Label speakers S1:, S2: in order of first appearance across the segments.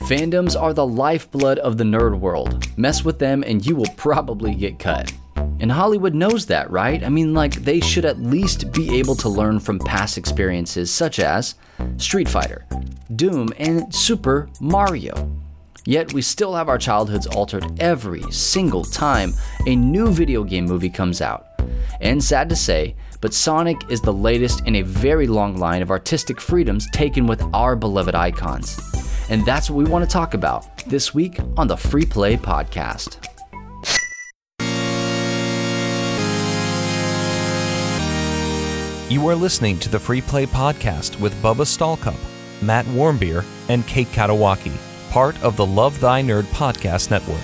S1: Fandoms are the lifeblood of the nerd world. Mess with them and you will probably get cut. And Hollywood knows that, right? I mean, like, they should at least be able to learn from past experiences such as Street Fighter, Doom, and Super Mario. Yet we still have our childhoods altered every single time a new video game movie comes out. And sad to say, but Sonic is the latest in a very long line of artistic freedoms taken with our beloved icons. And that's what we want to talk about this week on the Free Play Podcast.
S2: You are listening to the Free Play Podcast with Bubba Stallcup, Matt Warmbier, and Kate Katawaki, part of the Love Thy Nerd Podcast Network.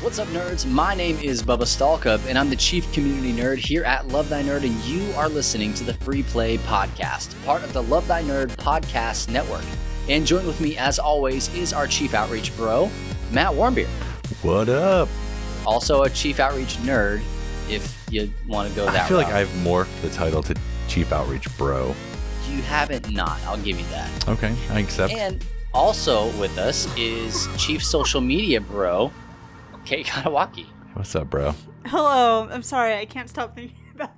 S1: What's up, nerds? My name is Bubba Stalkup, and I'm the chief community nerd here at Love Thy Nerd, and you are listening to the Free Play Podcast, part of the Love Thy Nerd Podcast Network. And joined with me, as always, is our chief outreach bro, Matt Warmbier,
S3: What up?
S1: also a chief outreach nerd, if you want to go that
S3: I feel
S1: route.
S3: like I've morphed the title to Chief Outreach Bro.
S1: you haven't not. I'll give you that.
S3: Okay, I accept.
S1: And also with us is chief social media bro, Kate Kanawaki.
S3: What's up, bro?
S4: Hello. I'm sorry. I can't stop thinking about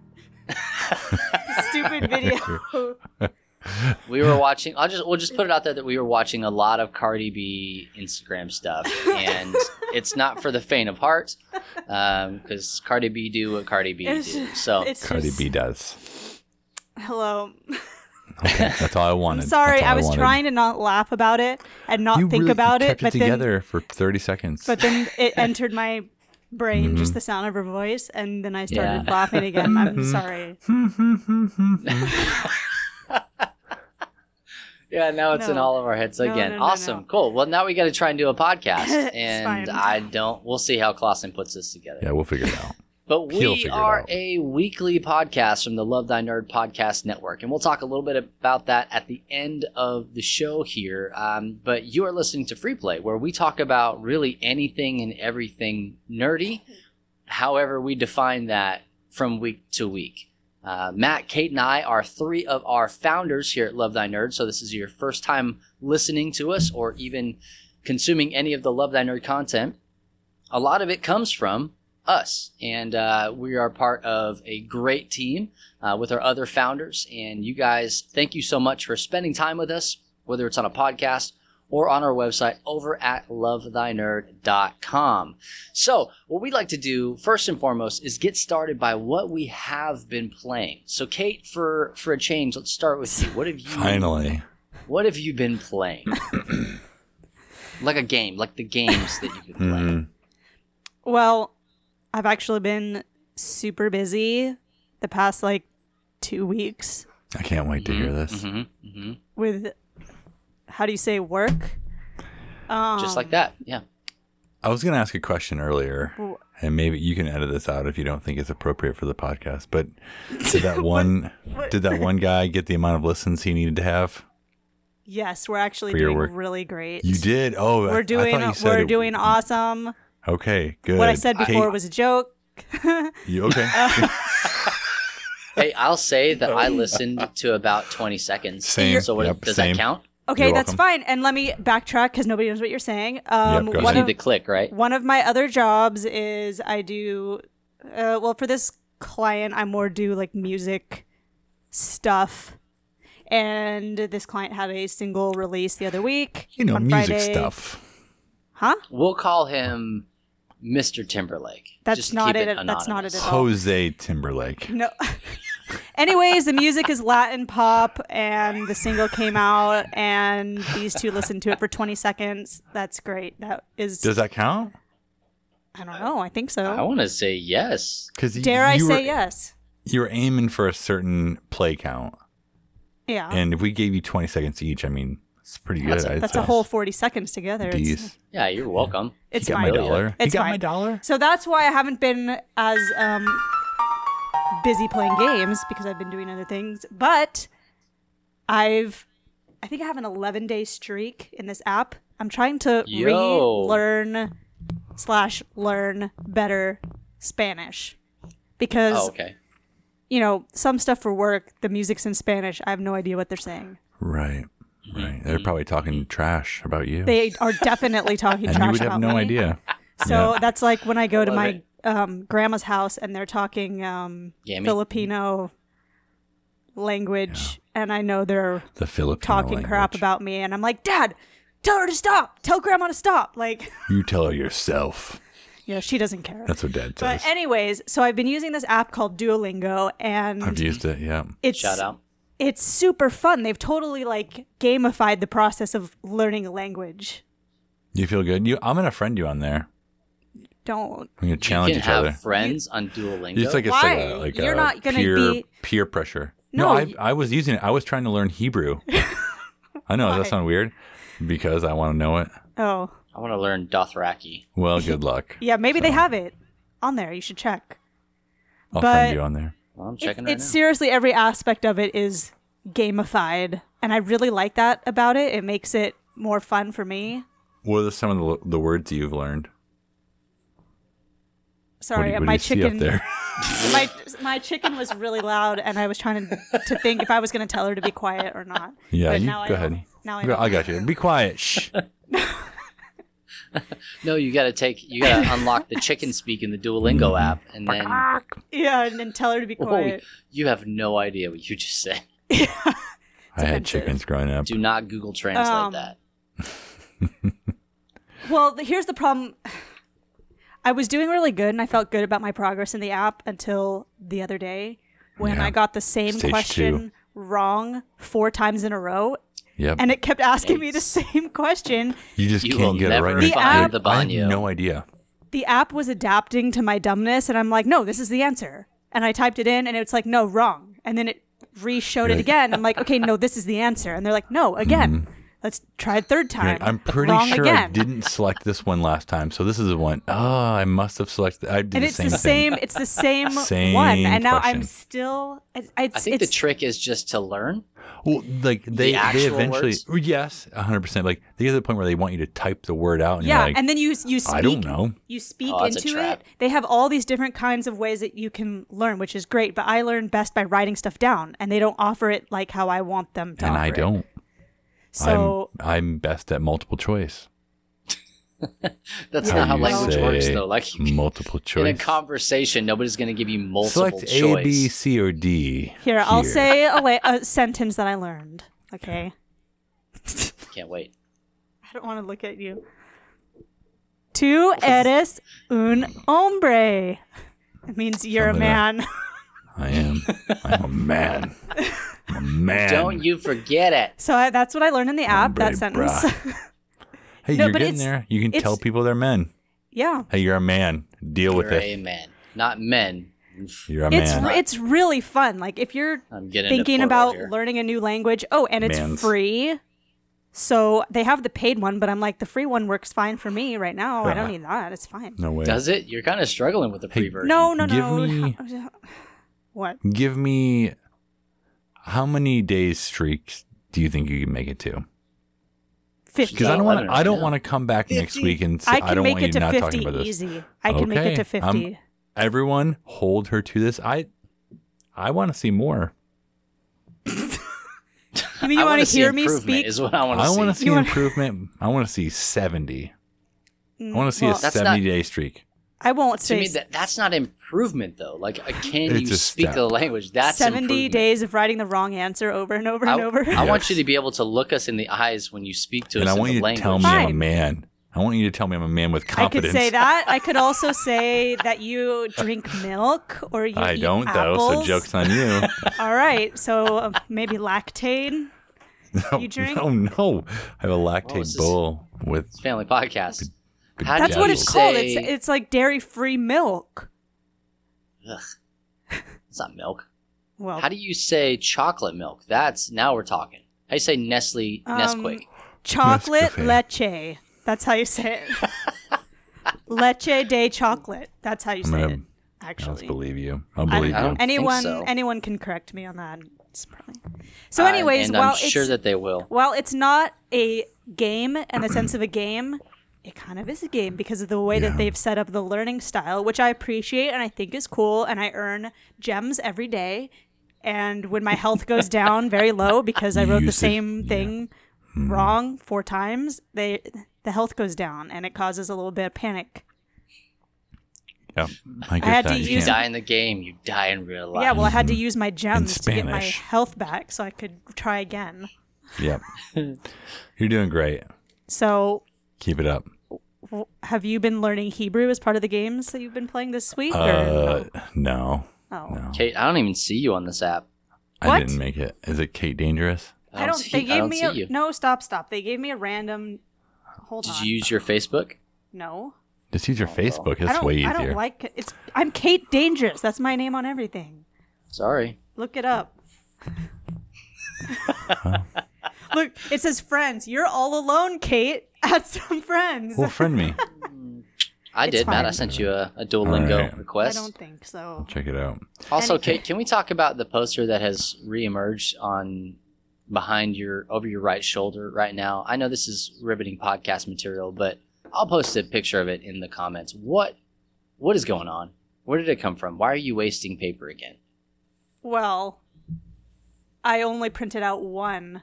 S4: the stupid video.
S1: We were watching. I'll just we'll just put it out there that we were watching a lot of Cardi B Instagram stuff, and it's not for the faint of heart, because Cardi B do what Cardi B
S4: It's
S1: do.
S4: just-
S1: So
S4: it's
S3: Cardi
S4: just-
S3: B does.
S4: Hello.
S3: Okay, that's all I wanted.
S4: I'm sorry.
S3: That's all
S4: I was
S3: wanted.
S4: trying to not laugh about it and not
S3: You
S4: think
S3: really
S4: about it,
S3: kept
S4: but then
S3: together for 30 seconds.
S4: but then it entered my brain just the sound of her voice, and then I started
S1: Yeah.
S4: laughing again. I'm sorry.
S1: yeah, now it's in
S4: No.
S1: all of our heads
S4: No,
S1: again.
S4: no, no,
S1: awesome,
S4: no.
S1: cool. Well, now we got to try and do a podcast,
S4: It's
S1: and
S4: fine.
S1: I don't. We'll see how Clausen puts this together.
S3: yeah, we'll figure it out.
S1: But
S3: He'll
S1: we
S3: figure it
S1: are
S3: out.
S1: a weekly podcast from the Love Thy Nerd Podcast Network, and we'll talk a little bit about that at the end of the show here. Um, but you are listening to Free Play, where we talk about really anything and everything nerdy, however we define that from week to week. Uh, Matt, Kate, and I are three of our founders here at Love Thy Nerd, so this is your first time listening to us or even consuming any of the Love Thy Nerd content. A lot of it comes from us. And uh, we are part of a great team uh, with our other founders. And you guys, thank you so much for spending time with us, whether it's on a podcast or on our website over at lovethynerd.com. So, what we'd like to do first and foremost is get started by what we have been playing. So, Kate, for for a change, let's start with you. What have you
S3: Finally.
S1: What have you been playing? like a game, like the games that you've been playing.
S3: Mm,
S4: Well, I've actually been super busy the past like two weeks
S3: I can't wait to hear this.
S1: Mm-hmm, mm-hmm.
S4: with how do you say work? Um,
S1: just like that. Yeah.
S3: I was going to ask a question earlier,
S4: Wh-
S3: and maybe you can edit this out if you don't think it's appropriate for the podcast. But did that one
S4: what-
S3: did that one guy get the amount of listens he needed to have?
S4: Yes, we're actually
S3: For your
S4: doing
S3: work.
S4: really great.
S3: You did. Oh, I-
S4: We're
S3: I thought
S4: doing
S3: you said
S4: we're
S3: it-
S4: doing awesome.
S3: Okay, good.
S4: What I said
S3: Kate,
S4: before was a joke.
S3: You okay?
S1: Hey, I'll say that I listened to about 20 seconds.
S3: Oh. Same.
S1: So what,
S3: Yep,
S1: does
S3: same.
S1: that count?
S4: Okay,
S3: You're
S4: that's
S3: welcome.
S4: fine. And let me backtrack because nobody knows what you're saying. Um,
S3: Yep, go
S1: You
S4: one,
S3: ahead.
S1: need
S4: of,
S1: to click, right?
S4: one of my other jobs is I do, uh, well, for this client, I more do like music stuff. And this client had a single release the other week.
S3: you know,
S4: on
S3: music
S4: Friday.
S3: stuff.
S4: Huh?
S1: We'll call him Mr. Timberlake.
S4: That's
S1: just to
S4: not
S1: keep
S4: it at- that's not
S1: anonymous.
S4: it at all.
S3: Jose Timberlake.
S4: No. Anyways, the music is Latin pop, and the single came out, and these two listened to it for 20 seconds. That's great. That is,
S3: Does that count?
S4: I don't know. I think
S1: I
S4: so.
S1: want to say yes.
S3: Because
S4: Dare I
S3: you
S4: say
S3: were,
S4: yes?
S3: You were aiming for a certain play count,
S4: Yeah.
S3: and if we gave you 20 seconds each, I mean, it's pretty good.
S1: That's a-
S3: I'd
S4: Uh-huh. That's
S3: say.
S4: a whole 40 seconds together. It's,
S3: Dece.
S1: Yeah, you're welcome.
S4: it's
S3: you got my
S4: fine.
S3: dollar.
S4: It's
S3: you got
S4: fine.
S3: my dollar.
S4: So that's why I haven't been as um, busy playing games because I've been doing other things. But I've I think I have an 11 day streak in this app. I'm trying to
S1: Yo.
S4: relearn slash learn better Spanish because
S1: Oh, okay.
S4: you know some stuff for work. The music's in Spanish. I have no idea what they're saying.
S3: Right. Right. They're probably talking trash about you.
S4: Mm-hmm. They are definitely talking
S3: and
S4: trash
S3: you would
S4: about
S3: have no
S4: me.
S3: idea.
S4: So that's like when I go to
S1: Love
S4: my
S1: it.
S4: um, grandma's house and they're talking um,
S1: Yummy.
S4: Filipino language, and I know they're
S3: The Filipino
S4: talking crap
S3: language.
S4: about me, and I'm like, Dad, tell her to stop. Tell grandma to stop. Like,
S3: You tell her yourself.
S4: you know, she doesn't care.
S3: That's what Dad says.
S4: but anyways, so I've been using this app called Duolingo,
S3: I've
S4: and
S3: used it. Yeah.
S4: it's
S1: Shout out.
S4: it's super fun. They've totally like gamified the process of learning a language.
S3: You feel good. You. I'm gonna friend you on there.
S4: Don't
S3: We're gonna challenge
S1: you can
S3: each
S1: have
S3: other.
S1: friends on Duolingo.
S3: It's like it's
S4: Why?
S3: like a like
S4: You're
S3: a
S4: not gonna
S3: peer
S4: be-
S3: peer pressure.
S4: No,
S3: I
S4: y-
S3: I was using it. I was trying to learn Hebrew. I know does that sound weird because I want to know it.
S4: oh
S1: I want to learn Dothraki.
S3: Well, good luck.
S4: yeah, maybe they have it on there. You should check.
S3: I'll
S4: but-
S3: friend you on there.
S1: Well, I'm
S4: It-
S1: checking right
S4: it's
S1: now.
S4: seriously every aspect of it is gamified and i really like that about it it makes it more fun for me
S3: What are some of the, the words you've learned? What do
S4: sorry uh,
S3: you, what do
S4: my
S3: you see
S4: chicken
S3: up there?
S4: my my chicken was really loud and i was trying to, to think if i was going to tell her to be quiet or not
S3: yeah,
S4: But
S3: you
S4: now I
S3: go
S4: don't-
S3: ahead.
S4: now I
S3: Go-
S4: don't.
S3: I got you. Be quiet. Shh.
S1: No, you got to take. You got to unlock the chicken speak in the Duolingo app, and then
S4: yeah and then tell her to be
S1: oh,
S4: quiet
S1: you have no idea what you just said.
S3: I had
S4: offensive.
S3: chickens growing up.
S1: Do not Google Translate
S4: Um,
S1: that.
S4: well the, here's the problem i was doing really good and i felt good about my progress in the app until the other day when
S3: Yeah.
S4: i got the same
S3: Stage two.
S4: question wrong four times in a row
S3: Yep.
S4: and it kept asking me the same question.
S3: you just
S1: You will
S3: can't get it
S1: never
S3: right.
S1: find
S4: The app-
S1: the
S3: I have
S1: Banyo.
S3: no idea.
S4: The app was adapting to my dumbness, and I'm like, no, this is the answer. And I typed it in, and it's like, no, wrong. And then it re showed it
S3: Yeah.
S4: again. I'm like, okay, no, this is the answer. And they're like, no, again. Let's try it third
S3: Hmm. You're
S4: time.
S3: like, I'm pretty
S4: wrong
S3: sure I
S4: again.
S3: didn't select this one last time, so this is the one. Oh, I must have selected. I did
S4: And
S3: the
S4: it's
S3: same
S4: the
S3: thing.
S4: same. It's the same,
S3: Same
S4: one. And now I'm
S3: question.
S4: still. It's, it's,
S1: I think the
S4: it's-
S1: trick is just to learn.
S3: Well, like they they
S1: actual
S3: eventually
S1: words?
S3: yes, hundred percent. Like they get to the point where they want you to type the word out, and
S4: yeah,
S3: you're like,
S4: and then you you speak.
S3: I don't know.
S4: You speak
S1: Oh, it's a
S4: into
S1: trap.
S4: it. They have all these different kinds of ways that you can learn, which is great. But I learn best by writing stuff down, and they don't offer it like how I want them to.
S3: and I
S4: offer it.
S3: don't.
S4: So
S3: I'm I'm best at multiple choice.
S1: That's
S4: Yeah,
S1: not how
S4: you
S1: language
S3: say
S1: works, though. Like
S3: multiple
S1: in a
S3: choice.
S1: conversation, nobody's going to give you multiple
S3: Select
S1: choice.
S3: A, B, C, or D.
S4: here, I'll say a, la- a sentence that I learned. Okay,
S1: Can't wait.
S4: I don't want to look at you. Tú eres un hombre. It means you're a
S3: Something like
S4: man.
S3: I am. I'm a man. I'm a man.
S1: Don't you forget it.
S4: So I, that's what I learned in the app.
S3: Hombre,
S4: that sentence.
S3: Hey,
S4: No,
S3: you're
S4: but
S3: getting
S4: it's-
S3: there. You can
S4: it's-
S3: tell people they're men.
S4: yeah.
S3: Hey, you're a man. Deal with
S1: You're a
S3: it.
S1: man, not men. Oof,
S3: You're a
S4: It's
S3: man.
S4: re- it's really fun. Like if you're
S1: I'm getting into
S4: thinking
S1: plural
S4: about
S1: here.
S4: learning a new language. Oh, and it's
S3: Mans.
S4: free. So they have the paid one, but I'm like the free one works fine for me right now. I don't
S3: Uh-huh.
S4: need that. It's fine.
S3: no way.
S1: Does it? You're kind of struggling with the free
S3: Hey,
S1: version.
S4: No, no,
S3: Give
S4: no.
S3: me-
S4: what?
S3: Give me how many days streaks do you think you can make it to?
S4: Fifty.
S3: Because I don't want to.
S1: Eleven.
S3: I don't want to come back next
S1: 50.
S3: week and say,
S4: I
S3: I,
S4: can
S3: don't
S4: make
S3: want you
S4: it to
S3: not talking
S4: fifty
S3: about this.
S4: easy. I can make
S3: Okay,
S4: it to
S3: I'm-
S4: 50
S3: Everyone, hold her to this. I, I want to see more.
S4: you mean you
S1: I
S4: want
S1: wanna
S4: to
S1: see
S4: hear me
S1: improvement
S4: speak?
S1: Is what I want to
S3: I
S1: see.
S3: want to see
S4: You wanna-
S3: improvement. I want to see seventy. I want to see
S4: well,
S3: a
S1: That's
S3: seventy-day streak.
S4: I won't
S1: to
S4: say
S1: me that that's not improvement though. Like, uh, can
S3: It's
S1: you
S3: a
S1: speak
S3: step.
S1: the language? That's
S4: seventy
S1: improvement.
S4: days of writing the wrong answer over and over and
S1: I,
S4: over.
S1: I want you to be able to look us in the eyes when you speak to
S3: and
S1: us
S3: I
S1: in
S3: want
S1: the
S3: you to
S1: language.
S3: tell me I'm a
S4: Fine.
S3: man. I want you to tell me I'm a man with
S4: I
S3: confidence.
S4: could say that. I could also say that you drink milk or you
S3: I
S4: eat
S3: don't though, so
S4: apples.
S3: jokes on you.
S4: All right, so uh, maybe lactate.
S3: no,
S4: You drink?
S3: No, no. I have a
S1: Whoa, this
S3: lactate
S1: is-
S3: bowl with.
S1: It's family podcast.
S3: good
S1: How
S4: That's
S1: do
S4: what
S1: you
S4: it's called. It's
S1: say-
S4: it's like dairy free milk.
S1: It's not milk.
S4: Well,
S1: How do you say chocolate milk? That's now we're talking. How do you say Nestle
S4: Um,
S1: Nesquik?
S4: chocolate
S3: Nescafe.
S4: leche. That's how you say it. leche de chocolate. That's how you
S3: I'm
S4: say
S3: gonna-
S4: it.
S3: I don't
S4: Actually,
S3: believe you. I'll
S4: I don't
S3: believe
S4: know.
S3: you.
S1: think
S4: anyone
S1: so.
S4: anyone can correct me on that. It's probably. So,
S1: Uh,
S4: anyways,
S1: and
S4: while
S1: I'm
S4: it's
S1: sure that they will.
S4: while it's not a game in the sense of a game, it kind of is a game because of the way
S3: Yeah.
S4: that they've set up the learning style, which I appreciate and I think is cool. And I earn gems every day. And when my health goes down very low because I wrote the
S3: Usage,
S4: same
S3: yeah. Hmm.
S4: thing wrong four times, they the health goes down and it causes a little bit of panic.
S3: Yeah, I get
S4: had
S3: that.
S4: to
S3: You
S1: You
S4: use-
S3: can't-
S1: die in the game, you die in real life.
S4: Yeah, well, I had to use my gems to get my
S3: Hmm. Spanish.
S4: health back so I could try again.
S3: Yep. You're doing great.
S4: So,
S3: Keep it up.
S4: w- have you been learning Hebrew as part of the games that you've been playing this week? or
S3: Uh,
S4: no?
S3: no,
S4: Oh.
S3: no.
S1: Kate, I don't even see you on this app.
S3: I
S4: What?
S3: didn't make it. Is it Kate Dangerous?
S4: I don't.
S1: see,
S4: They
S1: I
S4: gave
S1: don't
S4: me
S1: see
S4: a
S1: you.
S4: no. Stop. Stop. They gave me a random. Hold
S1: Did
S4: on.
S1: you use your Facebook?
S4: no.
S3: Just use your Facebook.
S4: I
S3: It's
S4: don't.
S3: way
S4: I don't
S3: easier.
S4: like it. it's. I'm Kate Dangerous. That's my name on everything.
S1: Sorry.
S4: Look it up. Look, it says friends. You're all alone, Kate. Add some friends.
S3: Well, friend me.
S1: I
S4: It's
S1: did, Matt. I
S4: fine.
S1: sent you a, a Duolingo
S3: Alright.
S4: I
S1: request.
S4: don't think so.
S3: Check it out.
S1: Also,
S4: Anything.
S1: Kate, can we talk about the poster that has reemerged on behind your over your right shoulder right now? I know this is riveting podcast material, but I'll post a picture of it in the comments. What what is going on? Where did it come from? Why are you wasting paper again?
S4: Well, I only printed out one.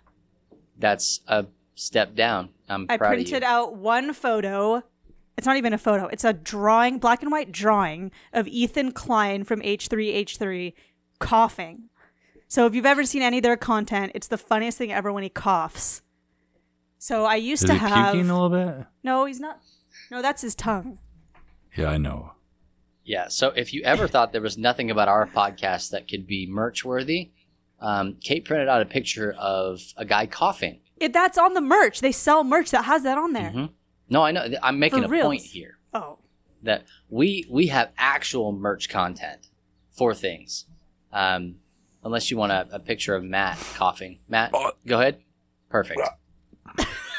S1: That's a step down. I'm
S4: I
S1: proud
S4: printed
S1: of you.
S4: out one photo. It's not even a photo. It's a drawing, black and white drawing of Ethan Klein from H3H3 coughing. So if you've ever seen any of their content, it's the funniest thing ever when he coughs. So I used
S3: Is
S4: to
S3: he
S4: have
S3: puking a little bit?
S4: No, he's not. No, that's his tongue.
S3: Yeah, I know.
S1: Yeah. So if you ever thought there was nothing about our podcast that could be merch worthy, um, Kate printed out a picture of a guy coughing.
S4: It, that's on the merch. They sell merch that has that on there.
S3: Mm-hmm.
S1: Mhm. No, I know. I'm making
S4: For
S1: a
S4: reals.
S1: point here.
S4: Oh.
S1: that we we have actual merch content for things. Um, unless you want a, a picture of Matt coughing. Matt, go ahead. Perfect.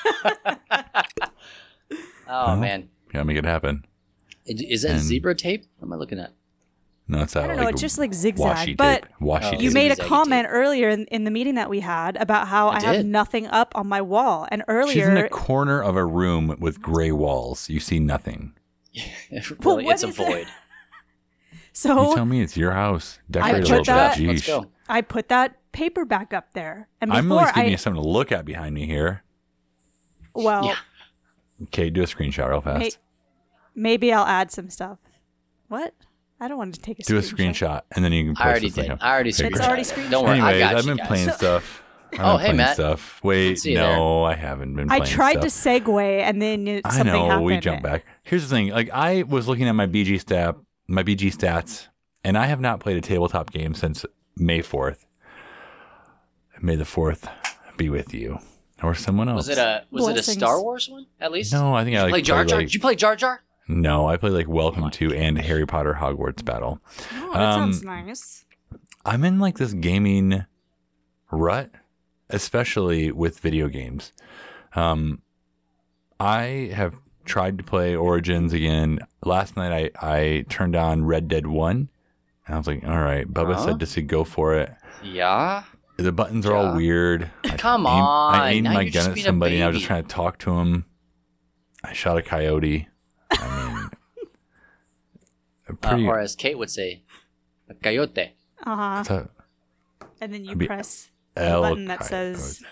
S1: oh
S3: Well.
S1: man,
S3: Gotta make it happen.
S1: Is- is that
S3: And-
S1: zebra tape? What am I looking at?
S3: No, it's that
S4: I don't know,
S3: Uh, like
S4: it's just, like,
S3: Washi
S4: zigzag, but
S3: tape. Washi
S1: Oh.
S3: tape.
S4: You made a
S1: Zigzaggy
S4: comment earlier in, in the meeting that we had about how
S1: I
S4: I, have
S1: did.
S4: nothing up on my wall. And earlier
S3: She's in a corner of a room with gray walls. You see nothing.
S1: really,
S4: what
S1: it's a
S4: is it?
S1: void.
S4: so
S3: you tell me it's your house. Decorate a
S4: put
S3: little
S4: Oh. that-
S3: bit.
S1: Let's
S3: Jeez.
S1: go.
S4: I put that paper back up there. And
S3: I'm
S4: before
S3: at least giving
S4: I
S3: you something to look at behind me here.
S4: well,
S1: Yeah.
S3: Okay, do a screenshot real fast.
S4: may- maybe I'll add some stuff. What? I don't want to take a
S3: do a
S4: screenshot.
S3: screenshot and then you can post
S1: I already
S3: this thing
S1: did.
S3: up.
S1: I already
S3: There you
S1: screenshot.
S3: go.
S4: already
S1: it.
S4: screenshot.
S1: Don't worry,
S3: Anyways,
S1: I got
S3: have
S1: you
S3: been
S1: guys.
S3: playing stuff.
S1: Oh,
S3: I've been
S1: hey,
S3: playing
S1: Matt.
S3: Stuff. Wait,
S1: See you
S3: no, I haven't been.
S4: I
S3: playing
S4: tried to
S3: stuff.
S4: segue and then it-
S3: I
S4: something
S3: know
S4: happened.
S3: we jump back. Here's the thing: like I was looking at my BG stat, my BG stats, and I have not played a tabletop game since May fourth. May the fourth be with you, or someone else.
S1: Was it a was it a
S4: Blessings.
S1: Star Wars one at least?
S3: No, I think I
S1: Did you
S3: like
S1: play Jar
S3: played,
S1: Jar.
S3: like-
S1: Did you play Jar Jar?
S3: no, I played like Welcome to and Harry Potter Hogwarts Battle.
S4: Oh,
S3: that Um, sounds
S4: nice.
S3: I'm in like this gaming rut, especially with video games. Um, I have tried to play Origins again. Last night I, I turned on Red Dead 1 and I was like, all right, Bubba
S1: Huh?
S3: said to say go for it.
S1: Yeah.
S3: The buttons are all
S1: Yeah.
S3: weird. I
S1: Come
S3: aim-
S1: on,
S3: I aimed
S1: now
S3: my
S1: you're just
S3: gun at
S1: being a
S3: somebody and I was
S1: baby.
S3: just trying to talk to him. I shot a coyote. I mean,
S1: Uh,
S3: pretty.
S1: or as Kate would say, a coyote.
S4: Uh huh.
S3: it's a
S4: And then you
S3: I'd be-
S4: press
S3: El
S4: the button that
S3: coyote.
S4: says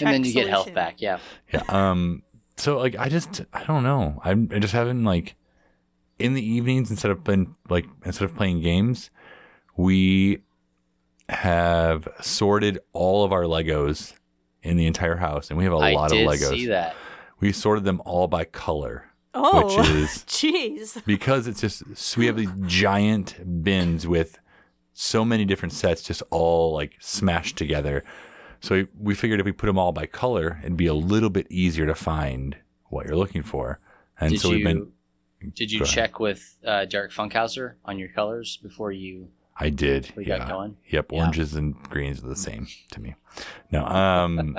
S1: and then you
S4: check
S1: get health
S4: solution.
S1: back. Yeah.
S3: Yeah. Um. So like, I just I don't know. I'm, I just haven't like in the evenings instead of playing like instead of playing games, we have sorted all of our Legos in the entire house, and we have a
S1: I
S3: lot
S1: did
S3: of Legos.
S1: see that.
S3: We sorted them all by color,
S4: Oh,
S3: which is
S4: jeez.
S3: because it's just so we have these giant bins with so many different sets just all like smashed together. So we, we figured if we put them all by color, it'd be a little bit easier to find what you're looking for. And
S1: did
S3: so
S1: you
S3: we've been.
S1: did you
S3: Go ahead.
S1: check with uh, Derek Funkhauser on your colors before you?
S3: I did.
S1: We
S3: yeah.
S1: got going?
S3: Yep.
S1: Yeah.
S3: Oranges and greens are the same to me. No. Um.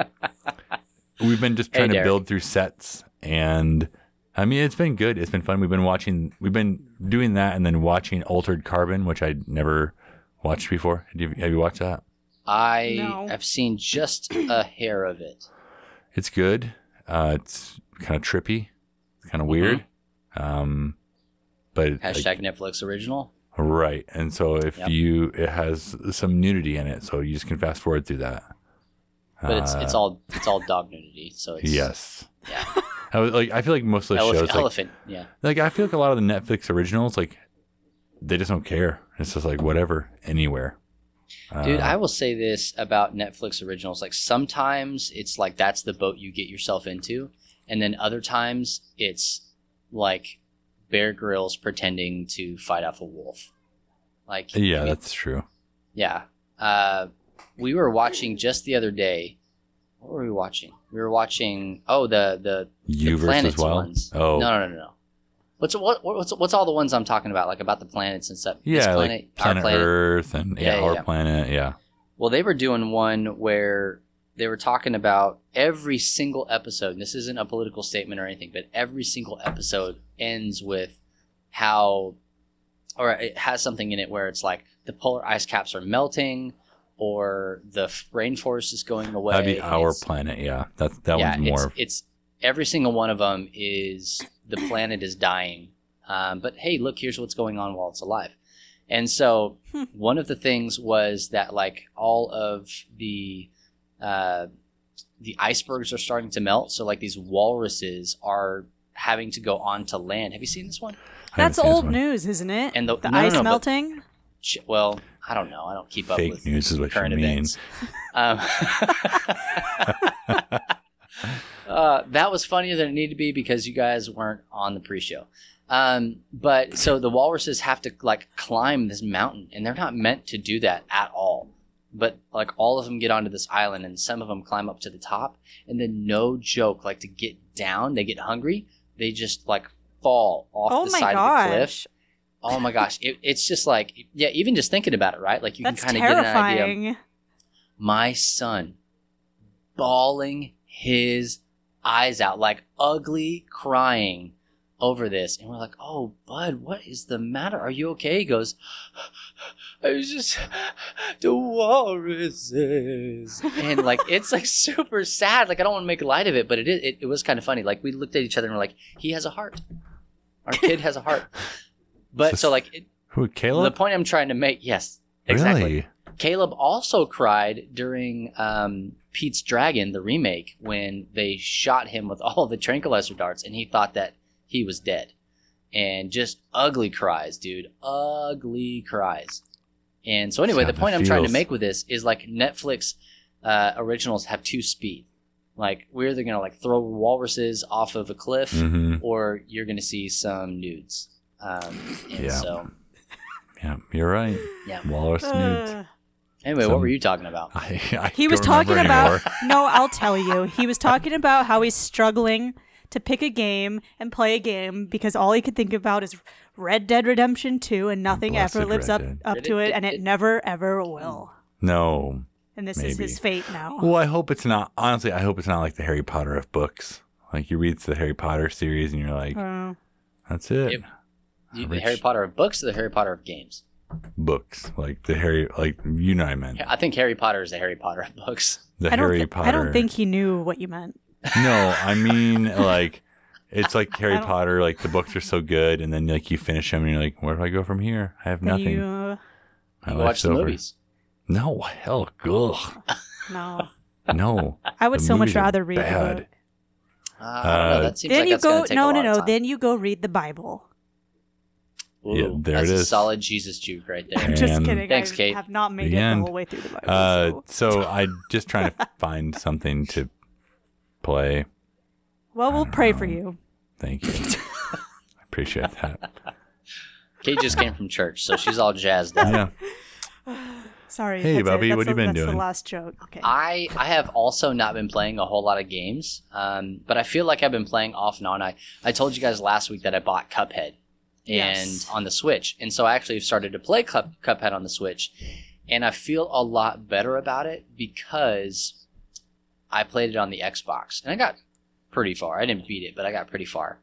S3: we've been just
S1: Hey,
S3: trying to
S1: Derek.
S3: build through sets, and I mean, it's been good. It's been fun. We've been watching. We've been doing that, and then watching Altered Carbon, which I'd never watched before. Have you, have you watched that?
S1: I
S4: No.
S1: have seen just a hair of it.
S3: It's good. Uh, it's kind of trippy, kind of weird. Um, but like,
S1: Mm-hmm. Hashtag Netflix original.
S3: right, and so if
S1: Yep.
S3: you, it has some nudity in it, so you just can fast forward through that.
S1: But it's it's
S3: Uh,
S1: all it's all dog nudity. So it's
S3: yes.
S1: Yeah.
S3: I was like, I feel like most of those
S1: elef-
S3: shows, like,
S1: elephant. Yeah.
S3: like I feel like a lot of the Netflix originals, like they just don't care. It's just like whatever, anywhere.
S1: Dude,
S3: Uh,
S1: I will say this about Netflix originals. Like sometimes it's like that's the boat you get yourself into, and then other times it's like Bear Grylls pretending to fight off a wolf. Like
S3: yeah, that's true.
S1: yeah. Uh, we were watching just the other day. What were we watching? We were watching oh the the,
S3: You
S1: the
S3: versus
S1: planets
S3: Wild.
S1: ones.
S3: Oh,
S1: no no no no. What's what what's what's all the ones I'm talking about? Like about the planets and stuff. This
S3: yeah,
S1: planet,
S3: like planet,
S1: our planet,
S3: Earth and yeah,
S1: Yeah, yeah,
S3: our
S1: yeah.
S3: planet, yeah.
S1: Well, they were doing one where they were talking about every single episode. And this isn't a political statement or anything, but every single episode ends with how, or it has something in it where it's like the polar ice caps are melting, or the f- rainforest is going away.
S3: That'd be our
S1: It's-
S3: planet, yeah. That's that
S1: yeah,
S3: one's
S1: it's,
S3: more.
S1: It's every single one of them is the planet is dying. Um, but hey, look, here's what's going on while it's alive. And so
S4: Hmm.
S1: one of the things was that like all of the uh, the icebergs are starting to melt. So like these walruses are having to go on to land. Have you seen this one?
S3: I haven't
S4: That's
S3: seen this
S4: old
S3: one.
S4: news, isn't it?
S1: And the-
S4: the
S1: no, no,
S4: ice
S1: no, but-
S4: melting.
S1: Ch- Well, I don't know. I don't keep up
S3: Fake
S1: with
S3: news is what you
S1: current
S3: mean.
S1: events. Um, uh, that was funnier than it needed to be because you guys weren't on the pre-show. Um, but so the walruses have to like climb this mountain, and they're not meant to do that at all. But like all of them get onto this island, and some of them climb up to the top, and then no joke, like to get down, they get hungry, they just like fall off
S4: Oh
S1: the
S4: my
S1: side of the cliff.
S4: gosh,
S1: Oh my gosh! It, it's just like yeah, even just thinking about it, right? Like you
S4: that's
S1: can kind of get an idea
S4: terrifying.
S1: my son bawling his eyes out, like ugly crying over this. And we're like, oh, bud, what is the matter? Are you okay? He goes, I was just the walruses. And like, it's like super sad. Like, I don't want to make light of it, but it, is, it, it was kind of funny. Like, we looked at each other and we're like, he has a heart. Our kid has a heart. But so, like, it,
S3: Who,
S1: the
S3: Caleb?
S1: point I'm trying to make, yes, exactly.
S3: really?
S1: Caleb also cried during um, Pete's Dragon, the remake, when they shot him with all the tranquilizer darts, and he thought that he was dead, and just ugly cries, dude, ugly cries. And so, anyway,
S3: Yeah,
S1: the
S3: the
S1: point I'm trying to
S3: feels.
S1: make with this is like Netflix uh, originals have two speed. Like we're either gonna like throw walruses off of a cliff,
S3: Mm-hmm.
S1: or you're gonna see some nudes. Um, and
S3: Yeah.
S1: So
S3: Yeah, you're right.
S1: Yeah.
S3: Walrus nudes.
S4: Ugh.
S1: anyway,
S3: Some-
S1: what were you talking about?
S3: I, I
S4: Uh, he was
S3: don't remember
S4: talking about
S3: anymore.
S4: no i'll tell you he was talking about how he's struggling to pick a game and play a game because all he could think about is red dead redemption 2 and nothing
S3: Blessed
S4: ever lives
S3: Red
S4: up,
S3: Dead.
S4: up to it and it never ever will
S3: no.
S4: and this is
S3: Maybe.
S4: his fate now
S3: Well, I hope it's not. Honestly, I hope it's not like the Harry Potter of books. Like you read the Harry Potter series and you're like,
S4: Uh,
S3: that's it.
S1: Yep. You- the
S3: Rich.
S1: Harry Potter of books or the Harry Potter of games?
S3: Books like the Harry, like you know, what I meant
S1: I think Harry Potter is the Harry Potter of books.
S3: the
S4: I, don't
S3: Harry
S4: thi-
S3: Potter.
S4: I don't think he knew what you meant
S3: No, I mean like it's like Harry
S4: don't-
S3: Potter. Like the books are so good, and then like you finish them, and you're like, where do I go from here? I have
S4: Then
S3: nothing.
S4: you, uh,
S3: My
S1: You
S3: life's
S1: watch the
S3: over.
S1: movies.
S3: No, hell, ugh,
S4: no
S3: no.
S4: i would
S3: The
S4: so much
S3: movies are
S4: rather read the
S3: bad.
S4: book
S1: Uh, I don't know,
S3: Uh,
S1: that seems
S4: then
S1: like
S4: you
S1: that's gonna
S4: go
S1: take a
S4: no
S1: lot
S4: no
S1: of
S4: no
S1: time.
S4: then you go read the bible
S1: Ooh,
S3: Yeah, there
S1: that's
S3: it
S1: A
S3: is.
S1: solid Jesus juke right
S4: i'm
S1: there.
S4: just
S3: And-
S4: kidding
S1: Thanks,
S4: i
S1: Kate.
S4: have not made
S3: The
S4: it
S3: end.
S4: the whole way through the bible
S3: Uh,
S4: so-
S3: so I'm just trying to find something to play.
S4: well we'll
S3: don't
S4: pray for
S3: know.
S4: you
S3: Thank you. I appreciate that.
S1: Kate just came from church, so she's all jazzed up.
S3: Yeah.
S4: Sorry.
S3: Hey,
S4: that's it.
S3: Bobby,
S4: That's
S3: what
S4: the-
S3: you been
S4: that's
S3: doing?
S4: the last joke. Okay.
S1: I I have also not been playing a whole lot of games, um, but I feel like I've been playing off and on. I I told you guys last week that I bought Cuphead, and
S4: Yes.
S1: on the Switch, and so I actually have started to play Cup, Cuphead on the Switch, and I feel a lot better about it because I played it on the Xbox, and I got pretty far. I didn't beat it, but I got pretty far.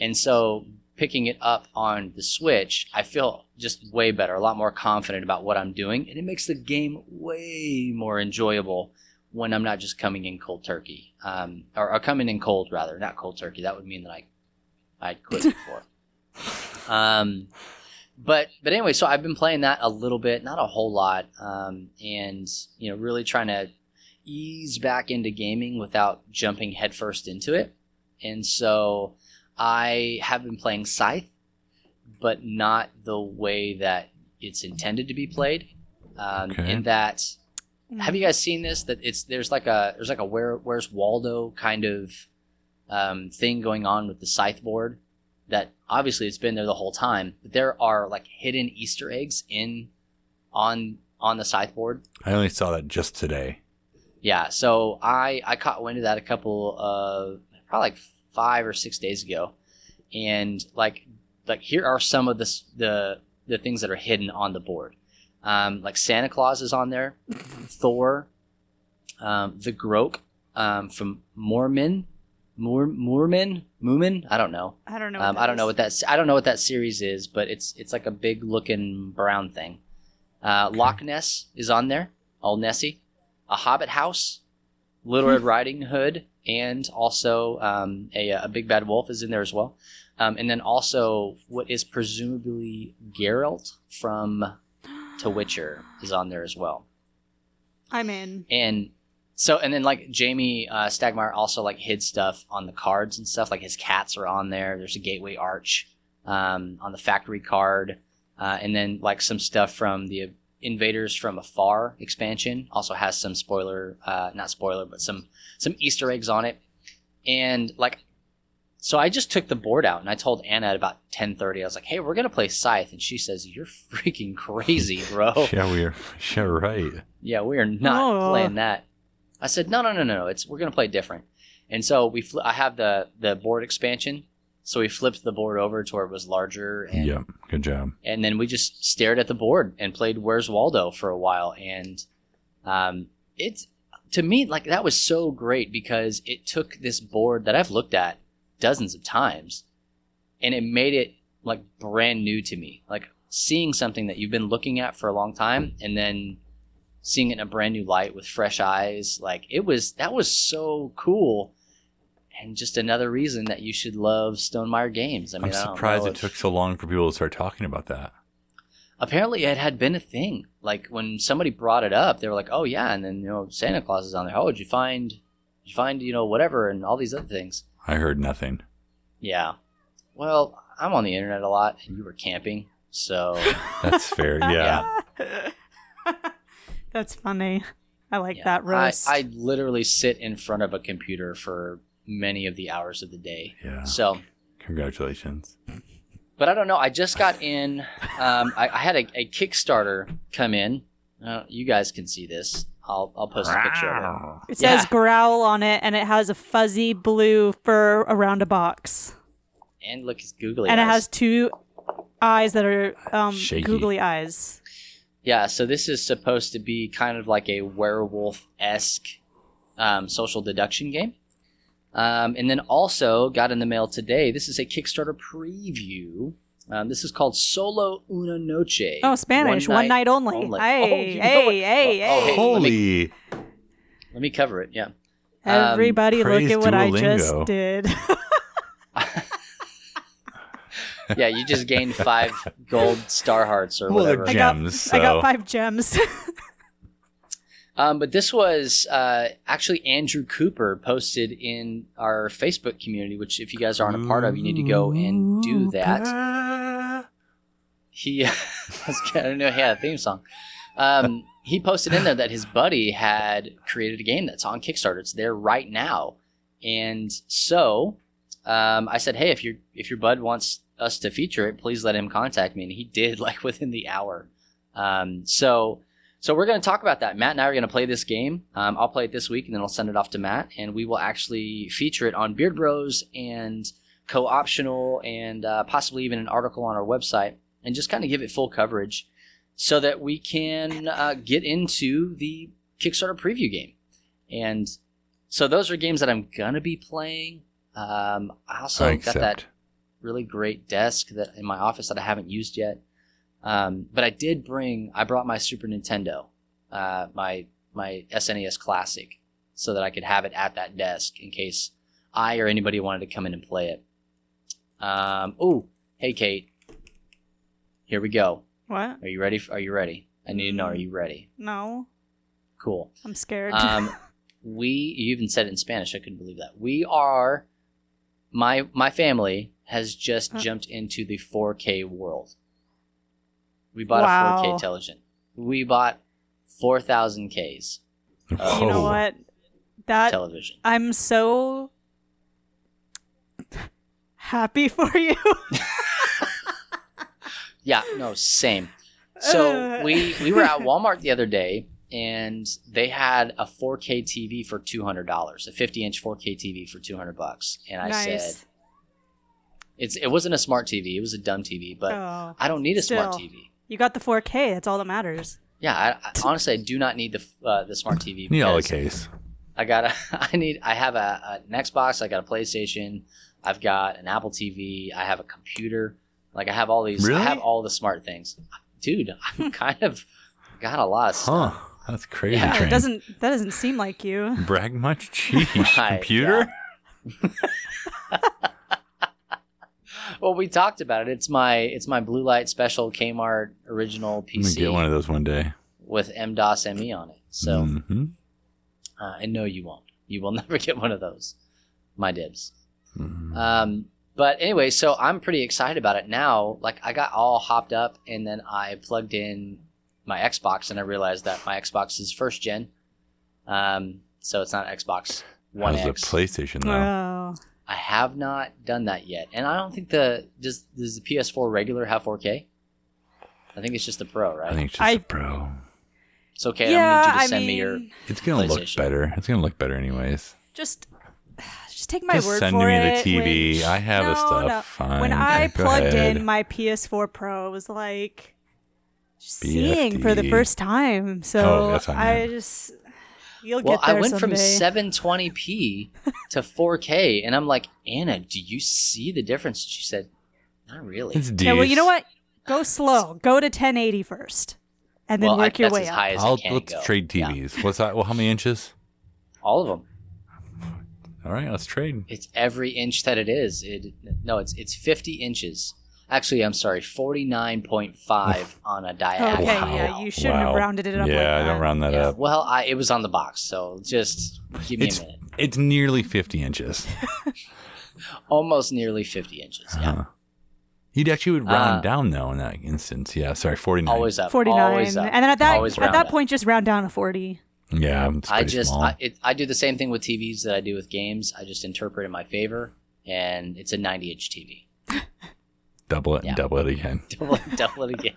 S1: And so picking it up on the Switch, I feel just way better, a lot more confident about what I'm doing, and it makes the game way more enjoyable when I'm not just coming in cold turkey, um, or, or coming in cold rather, not cold turkey. That would mean that I, I quit before. um, but but anyway, so I've been playing that a little bit, not a whole lot, um, and you know, really trying to ease back into gaming without jumping headfirst into it. And so I have been playing Scythe, but not the way that it's intended to be played. Um,
S3: Okay.
S1: In that, have you guys seen this? That it's there's like a there's like a where where's Waldo kind of um, thing going on with the Scythe board. That obviously it's been there the whole time, but there are like hidden Easter eggs in on on the Scythe board.
S3: I only saw that just today.
S1: Yeah, so I I caught wind of that a couple of probably like five or six days ago, and like like here are some of the s- the the things that are hidden on the board. Um, like Santa Claus is on there, Thor, um, the Groke um, from Mormon, Mor- Mormon, Moomin. I don't know.
S4: I don't know.
S1: Um, I don't know what
S4: is.
S1: that I don't know what that series is, but it's it's like a big looking brown thing. Uh, Loch Ness is on there, all Nessie, a Hobbit house, Little Red Riding Hood, and also um, a, a big bad wolf is in there as well, um, and then also what is presumably Geralt from To Witcher is on there as well
S4: I'm in.
S1: and so and then like jamie uh, stagmeyer also like hid stuff on the cards and stuff like his cats are on there there's a gateway arch um, on the factory card uh, and then like some stuff from the invaders from afar expansion also has some spoiler uh, not spoiler but some some easter eggs on it and like so i just took the board out and i told anna at about 10.30 i was like hey we're gonna play scythe and she says you're freaking crazy bro
S3: Yeah, we are. Yeah, right.
S1: yeah, we are not
S4: Oh.
S1: playing that. I said, no, no, no, no. It's we're gonna play different. And so we, fl- I have the the board expansion, so we flipped the board over to where it was larger, and
S3: Yep. Good job.
S1: and then we just stared at the board and played Where's Waldo for a while, and um, it's to me like that was so great because it took this board that I've looked at dozens of times, and it made it like brand new to me, like seeing something that you've been looking at for a long time, and then seeing it in a brand new light with fresh eyes like it was that was so cool and just another reason that you should love stonemeyer games i
S3: I
S1: mean I don't
S3: am
S1: know
S3: surprised it
S1: if-
S3: took so long for people to start talking about that.
S1: apparently it had been a thing. Like when somebody brought it up, they were like, "Oh yeah," and then you know Santa Claus is on there. Oh, did you find, did you find you know whatever and all these other things.
S3: I heard nothing.
S1: Yeah. Well, I'm on the internet a lot, and you were camping, so
S3: That's fair. Yeah.
S4: That's funny. I like
S1: yeah.
S4: that roast.
S1: I, I literally sit in front of a computer for many of the hours of the day.
S3: Yeah.
S1: So,
S3: Congratulations.
S1: but I don't know. I just got in. Um, I, I had a, a Kickstarter come in. Uh, you guys can see this. I'll I'll post a picture of it.
S4: it
S1: yeah.
S4: says growl on it, and it has a fuzzy blue fur around a box,
S1: And look, it's googly.
S4: and it
S1: eyes.
S4: has two eyes that are um,
S3: Shaky.
S4: googly eyes.
S1: Yeah, so this is supposed to be kind of like a werewolf esque um, social deduction game. Um, and then also got in the mail today. This is a Kickstarter preview. Um, this is called Solo Una Noche.
S4: Oh, Spanish, one night, only.
S1: only. Oh,
S4: Hey,
S1: you know
S4: hey,
S1: it.
S4: hey,
S1: Oh, hey, let
S4: hey!
S1: me-
S3: Holy.
S1: Let me cover it. Yeah. um,
S4: Everybody, look
S3: praise
S4: at what I
S3: Duolingo.
S4: just did.
S1: Yeah, you just gained five gold star hearts or
S3: Well, they're
S1: whatever.
S4: I got,
S3: Gems,
S4: I
S3: so-
S4: got five gems.
S1: Um, but this was uh, actually Andrew Cooper posted in our Facebook community, which if you guys aren't a part of, you need to go and do that. he I was gonna- I don't know he had a theme song. Um, he posted in there that his buddy had created a game that's on Kickstarter. It's there right now, and so um, I said, "Hey, if your if your bud wants us to feature it, please let him contact me." And he did, like within the hour. Um, so so we're going to talk about that. Matt and I are going to play this game. Um, I'll play it this week, and then I'll send it off to Matt, and we will actually feature it on Beard Bros and co-optional, and uh, possibly even an article on our website and just kind of give it full coverage so that we can uh, get into the Kickstarter preview game. And so those are games that I'm going to be playing. Um, I also
S3: I
S1: got that
S3: accept.
S1: really great desk that in my office that I haven't used yet. Um, but I did bring. I brought my Super Nintendo, uh, my my SNES Classic, so that I could have it at that desk in case I or anybody wanted to come in and play it. Um, oh, hey Kate, here we go.
S4: What?
S1: Are you ready? f- Are you ready? I need to know. Are you ready?
S4: No,
S1: Cool.
S4: I'm scared.
S1: Um, we you even said it in Spanish. I couldn't believe that. We are my my family has just
S4: Uh.
S1: jumped into the 4K world. We bought a 4K
S4: Wow.
S1: television. We bought 4,000 Ks uh,
S4: you know
S1: oh.
S3: Whoa.
S4: what? That
S1: television.
S4: I'm so happy for you.
S1: Yeah, no, same. So
S4: Uh.
S1: we we were at Walmart the other day and they had a 4K TV for $200, a 50-inch 4K TV for 200 bucks, and I said
S4: nice.
S1: it's it wasn't a smart TV, it was a dumb TV, but
S4: oh,
S1: I don't need a smart
S4: Still.
S1: TV.
S4: you got the 4K. That's all that matters.
S1: Yeah, I, I, honestly, I do not need the uh, the smart TV.
S3: Need all the
S1: because
S3: case.
S1: I got a, I need. I have a, an Xbox. I got a PlayStation. I've got an Apple TV. I have a computer. Like I have all these. I
S3: Really? Hmm.
S1: have all the smart things, dude. I'm kind of got a lot of stuff.
S3: Huh. That's crazy.
S1: Yeah, it
S4: Yeah,
S3: Train.
S4: it doesn't. That doesn't seem like you.
S3: brag much. Jeez.
S1: Right,
S3: Computer?
S1: Well, we talked about it. It's my it's my blue light special Kmart original
S3: I'm going to get one
S1: PC
S3: of those one day.
S1: with MDOS ME E on it. So.
S3: Mhm.
S1: Uh, and no, you won't. You will never get one of those. My dibs.
S3: Mhm.
S1: Um, but anyway, so I'm pretty excited about it now. Like I got all hopped up, and then I plugged in my Xbox, and I realized that my Xbox is first gen, um, so it's not Xbox One
S3: How's
S1: X.
S3: the PlayStation, though?
S4: Oh,
S1: I have not done that yet, and I don't think the does does the PS4 regular have 4K? I think it's just the Pro, right?
S3: I think it's just
S4: I-
S3: a pro.
S1: it's okay.
S4: yeah.
S1: I'm gonna need you
S4: I
S1: to send me your.
S4: mean,
S3: It's gonna look
S1: PlayStation.
S3: better. It's gonna look better anyways.
S4: just, just take my
S3: just
S4: word
S3: send
S4: for
S3: me
S4: it.
S3: the TV.
S4: when-
S3: I have the
S4: No,
S3: stuff.
S4: no.
S3: Fine.
S4: when I
S3: Go
S4: plugged
S3: ahead.
S4: in my PS4 Pro, it was like seeing for the
S3: BFD.
S4: first time.
S3: Oh,
S4: So
S3: that's what I
S4: I
S3: meant.
S4: just you'll
S1: Well,
S4: get
S1: I
S4: there
S1: went from
S4: someday.
S1: 720p to 4K, and I'm like, Anna, do you see the difference? She said, Not really.
S3: it's
S4: yeah, well, you know
S3: decent.
S4: what? Go slow. Go to 1080 first, and then
S1: well,
S4: work
S1: I,
S4: your
S1: that's
S4: way
S1: as
S4: up.
S1: high as
S3: I'll
S1: it can
S3: let's
S1: go.
S3: trade
S1: Yeah,
S3: TVs. What's that? Well, how many inches?
S1: all of them.
S3: All right, let's trade.
S1: It's every inch that it is. It no, it's it's 50 inches. Actually, I'm sorry, 49.5 on a diagonal.
S4: Okay,
S3: Wow.
S4: yeah, you shouldn't have
S3: Wow.
S4: rounded it up.
S3: yeah,
S4: like that.
S3: don't round that
S1: Yeah,
S3: up.
S1: well, I, it was on the box, so just give me
S3: It's-
S1: a minute.
S3: It's nearly fifty inches.
S1: Almost nearly 50 inches. Yeah,
S3: Uh-huh. You'd actually would round
S1: Uh,
S3: down though in that instance. Yeah, sorry, forty nine.
S1: always up.
S4: 49,
S1: Always up.
S4: and then at that
S1: Always
S4: at
S1: round
S4: that
S1: up.
S4: point, just round down to 40.
S3: Yeah, it's
S1: I
S3: pretty
S1: just
S3: small.
S1: I, it, I do the same thing with TVs that I do with games. I just interpret in my favor, and it's a 90 inch TV.
S3: double it
S1: yeah.
S3: and double it again.
S1: Double, double it again.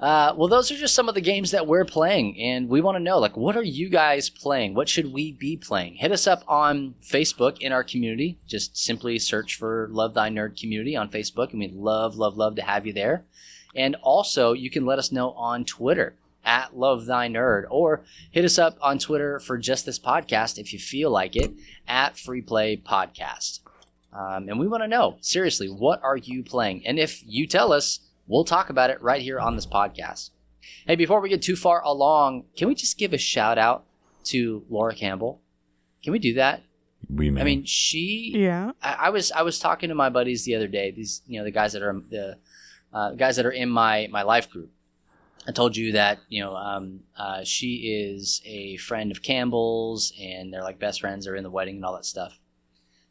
S1: uh, well, those are just some of the games that we're playing, and we want to know like, what are you guys playing? What should we be playing? Hit us up on Facebook in our community. Just simply search for Love Thy Nerd Community on Facebook, and we'd love, love, love to have you there. And also, you can let us know on Twitter at Love Thy Nerd, or hit us up on Twitter for just this podcast if you feel like it at Free Play Podcast. Um, and we want to know seriously, what are you playing? And if you tell us, we'll talk about it right here on this podcast. Hey, before we get too far along, can we just give a shout out to Laura Campbell? Can we do that?
S3: We may.
S1: I mean, she
S4: Yeah,
S1: I, I was I was talking to my buddies the other day. These you know the guys that are the uh, guys that are in my my life group. I told you that you know um, uh, she is a friend of Campbell's, and they're like best friends. They're in the wedding and all that stuff.